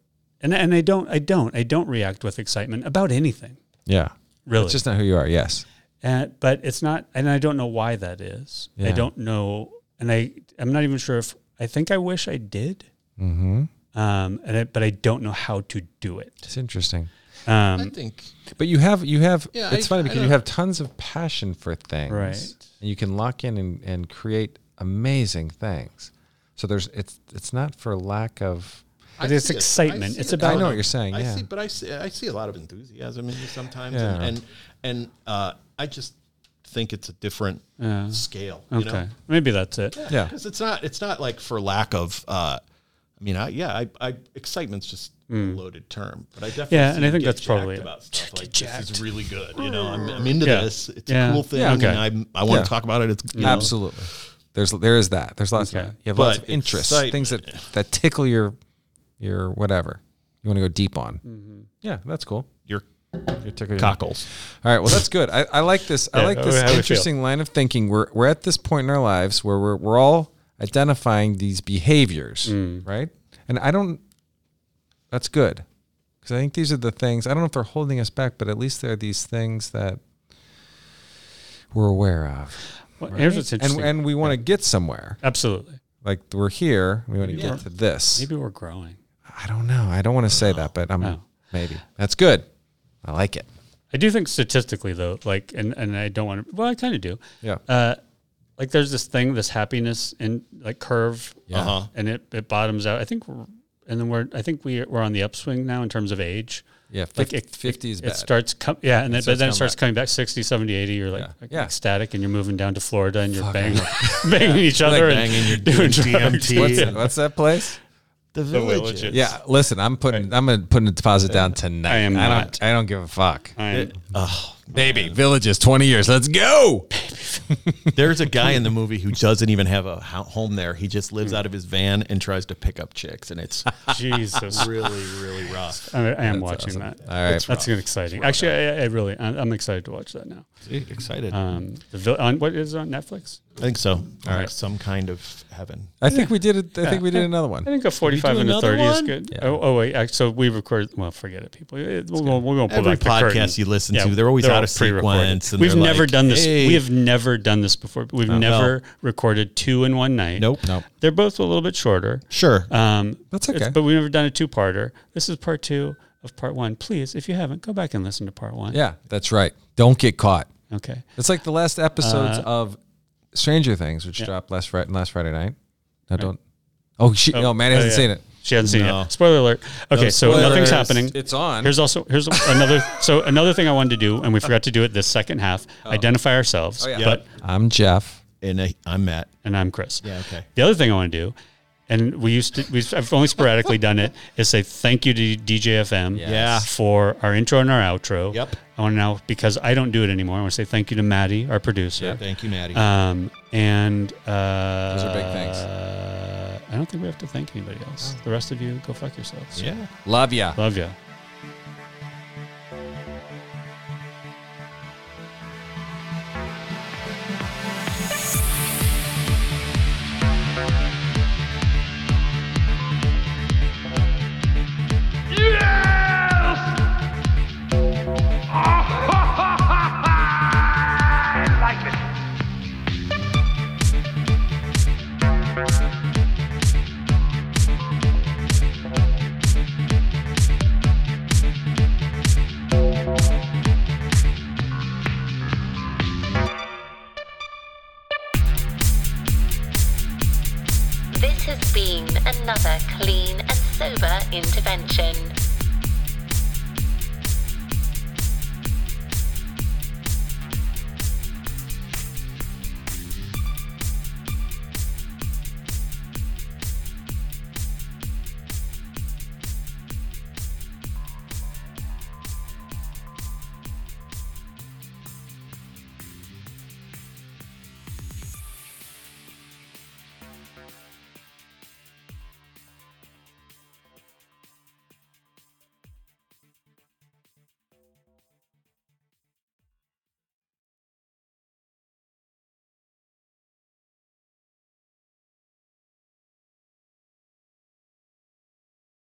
[SPEAKER 2] and and I don't I don't I don't react with excitement about anything
[SPEAKER 1] yeah.
[SPEAKER 2] really.
[SPEAKER 1] It's just not who you are. Yes.
[SPEAKER 2] And, Uh, but it's not, and I don't know why that is.
[SPEAKER 1] Yeah.
[SPEAKER 2] I don't know, and I I'm not even sure if I think I wish I did. Mm-hmm. Um, and I, but I don't know how to do it.
[SPEAKER 1] It's interesting.
[SPEAKER 3] I
[SPEAKER 2] Um,
[SPEAKER 3] think
[SPEAKER 1] But you have you have
[SPEAKER 3] Yeah,
[SPEAKER 1] it's
[SPEAKER 3] I-
[SPEAKER 1] funny
[SPEAKER 3] I
[SPEAKER 1] because you
[SPEAKER 3] don't-
[SPEAKER 1] have tons of passion for things.
[SPEAKER 2] Right.
[SPEAKER 1] And you can lock in and, and create amazing things. So there's it's it's not for lack of
[SPEAKER 2] But it's
[SPEAKER 3] see it. I
[SPEAKER 2] excitement.
[SPEAKER 3] see
[SPEAKER 2] It's
[SPEAKER 3] it.
[SPEAKER 2] about-
[SPEAKER 1] I know what you're saying,
[SPEAKER 3] I
[SPEAKER 1] yeah.
[SPEAKER 3] see, but I see, I see a lot of enthusiasm in you sometimes,
[SPEAKER 1] Yeah.
[SPEAKER 3] and and, and uh, I just think it's a different scale. You
[SPEAKER 2] okay,
[SPEAKER 3] know?
[SPEAKER 2] maybe that's it.
[SPEAKER 1] Yeah.
[SPEAKER 3] because it's not it's not like for lack of. Uh, I mean, I, yeah, I, I excitement's just a loaded term, but I definitely
[SPEAKER 2] Hmm. Yeah, and
[SPEAKER 3] see
[SPEAKER 2] I
[SPEAKER 3] you
[SPEAKER 2] think
[SPEAKER 3] get
[SPEAKER 2] that's probably
[SPEAKER 3] jacked
[SPEAKER 2] it.
[SPEAKER 3] about stuff like this is really good. You know, I'm, I'm into
[SPEAKER 2] Yeah.
[SPEAKER 3] this. It's
[SPEAKER 2] Yeah.
[SPEAKER 3] a cool thing,
[SPEAKER 2] Yeah, okay.
[SPEAKER 3] and I'm, I want
[SPEAKER 1] Yeah.
[SPEAKER 3] to talk about it. It's you know,
[SPEAKER 1] Absolutely. There's there is that. There's lots
[SPEAKER 2] Okay.
[SPEAKER 1] of that. You have lots
[SPEAKER 3] But
[SPEAKER 1] of interests, things that
[SPEAKER 3] excitement.
[SPEAKER 1] that tickle your your whatever you want to go deep on. Yeah, that's cool.
[SPEAKER 3] your
[SPEAKER 1] You're tickling
[SPEAKER 3] cockles.
[SPEAKER 1] All right. Well, that's good. I, I like this. I
[SPEAKER 2] Yeah,
[SPEAKER 1] like
[SPEAKER 2] how-
[SPEAKER 1] this
[SPEAKER 2] how we feel.
[SPEAKER 1] interesting line of thinking. We're we're at this point in our lives where we're we're all identifying these behaviors,
[SPEAKER 2] Mm.
[SPEAKER 1] right? And I don't. That's good, because I think these are the things. I don't know if they're holding us back, but at least they're these things that we're aware of.
[SPEAKER 2] Well, Here's what's
[SPEAKER 1] And
[SPEAKER 2] interesting.
[SPEAKER 1] and we want to get somewhere.
[SPEAKER 2] Absolutely.
[SPEAKER 1] Like we're here. We want to
[SPEAKER 2] we're-
[SPEAKER 1] get to this.
[SPEAKER 2] Maybe Oh. we're growing.
[SPEAKER 1] I don't know. I don't want to say that, but I'm
[SPEAKER 2] No.
[SPEAKER 1] maybe that's good. I like it.
[SPEAKER 2] I do think statistically though, like, and and I don't want to. Well, I kind of do.
[SPEAKER 1] Yeah.
[SPEAKER 2] Uh, like there's this thing, this happiness and like curve.
[SPEAKER 1] Yeah.
[SPEAKER 3] Uh-huh.
[SPEAKER 2] and it, it bottoms out. I think, we're, and then we're I think we we're on the upswing now in terms of age.
[SPEAKER 1] Yeah.
[SPEAKER 2] Like
[SPEAKER 1] Fifty
[SPEAKER 2] it,
[SPEAKER 1] is
[SPEAKER 2] it,
[SPEAKER 1] bad.
[SPEAKER 2] it starts com- yeah, and then, but
[SPEAKER 1] starts
[SPEAKER 2] then
[SPEAKER 1] coming
[SPEAKER 2] it starts
[SPEAKER 1] back.
[SPEAKER 2] coming back 60, 70, 80. You're like,
[SPEAKER 1] Yeah.
[SPEAKER 2] like
[SPEAKER 1] Yeah.
[SPEAKER 2] ecstatic, and you're moving down to Florida, and you're
[SPEAKER 1] Fuck, I
[SPEAKER 2] banging, banging each other, and
[SPEAKER 3] banging, you're doing
[SPEAKER 2] drugs.
[SPEAKER 3] DMT.
[SPEAKER 2] Yeah.
[SPEAKER 1] What's, what's that place?
[SPEAKER 3] The
[SPEAKER 2] villages.
[SPEAKER 3] villages.
[SPEAKER 1] Yeah, listen, I'm putting I'm gonna put a deposit down tonight.
[SPEAKER 2] Uh, I am
[SPEAKER 1] I don't
[SPEAKER 2] not. Uh-uh.
[SPEAKER 1] I don't give a fuck.
[SPEAKER 2] I'm-
[SPEAKER 1] Baby, villages, twenty years. Let's go.
[SPEAKER 3] There's a guy in the movie who doesn't even have a ho- home there. He just lives out of his van and tries to pick up chicks, and it's
[SPEAKER 2] Jesus,
[SPEAKER 3] really, really rough.
[SPEAKER 2] I, I am watching that.
[SPEAKER 1] All right.
[SPEAKER 2] That's gonna be exciting. Actually, I, I really I'm, I'm excited to watch that now.
[SPEAKER 3] Excited.
[SPEAKER 2] Um, the vil- on what is it on Netflix?
[SPEAKER 3] I think so. Uh, All
[SPEAKER 2] right.
[SPEAKER 3] right. Some kind of heaven.
[SPEAKER 1] I think we did it I think we did another
[SPEAKER 2] I
[SPEAKER 1] one.
[SPEAKER 2] think a 45 and a
[SPEAKER 3] another
[SPEAKER 2] 30 is
[SPEAKER 3] one?
[SPEAKER 2] good. Oh, oh, wait. act- So we record. Well, forget it, people. It, we'll, we'll, we'll pull
[SPEAKER 3] Every
[SPEAKER 2] back the curtain.
[SPEAKER 3] podcast you listen to, they're always
[SPEAKER 2] they're
[SPEAKER 3] out
[SPEAKER 2] all
[SPEAKER 3] of
[SPEAKER 2] pre-recorded.
[SPEAKER 3] sequence, and
[SPEAKER 2] We've
[SPEAKER 3] they're
[SPEAKER 2] never
[SPEAKER 3] like,
[SPEAKER 2] done this.
[SPEAKER 3] "Hey." Uh-huh.
[SPEAKER 2] We have never done this before. We've never recorded two in one night.
[SPEAKER 3] Nope.
[SPEAKER 1] Nope.
[SPEAKER 2] They're both a little bit shorter.
[SPEAKER 3] Sure.
[SPEAKER 2] Um,
[SPEAKER 1] That's
[SPEAKER 2] it's-
[SPEAKER 1] okay.
[SPEAKER 2] But we've never done a two-parter. This is part two of part one. Please, if you haven't, go back and listen to part one.
[SPEAKER 1] Yeah, that's right. Don't get caught.
[SPEAKER 2] Okay.
[SPEAKER 1] It's like the last
[SPEAKER 2] Uh,
[SPEAKER 1] episodes of Stranger Things, which dropped last Friday last Friday night. No, don't Oh she no, Maddie
[SPEAKER 2] Oh,
[SPEAKER 1] hasn't
[SPEAKER 2] yeah.
[SPEAKER 1] seen it.
[SPEAKER 2] She hasn't seen it
[SPEAKER 3] No.
[SPEAKER 2] yet. Spoiler alert. Okay, so nothing's
[SPEAKER 1] Spoilers.
[SPEAKER 2] happening.
[SPEAKER 1] It's on.
[SPEAKER 2] Here's also here's another so another thing I wanted to do, and we forgot to do it this second half. Identify ourselves.
[SPEAKER 1] Oh. yeah.
[SPEAKER 2] But
[SPEAKER 1] I'm Jeff.
[SPEAKER 3] And I, I'm Matt.
[SPEAKER 2] and I'm Chris. Yeah,
[SPEAKER 3] okay.
[SPEAKER 2] The other thing I want to do, and we used to, we've, I've only sporadically done it, is say thank you to DJFM
[SPEAKER 3] Yeah.
[SPEAKER 2] for our intro and our outro.
[SPEAKER 3] Yep.
[SPEAKER 2] I want to now, because I don't do it anymore, I want to say thank you to Maddie, our producer.
[SPEAKER 3] Thank you, Maddie.
[SPEAKER 2] Um, and uh,
[SPEAKER 1] Those are big Oh. thanks.
[SPEAKER 2] Uh, I don't think we have to thank anybody else. The rest of you, go fuck yourselves.
[SPEAKER 3] yeah.
[SPEAKER 1] Love ya.
[SPEAKER 2] Love ya.
[SPEAKER 4] Yes! I like it.
[SPEAKER 5] This has been another clean and sober intervention.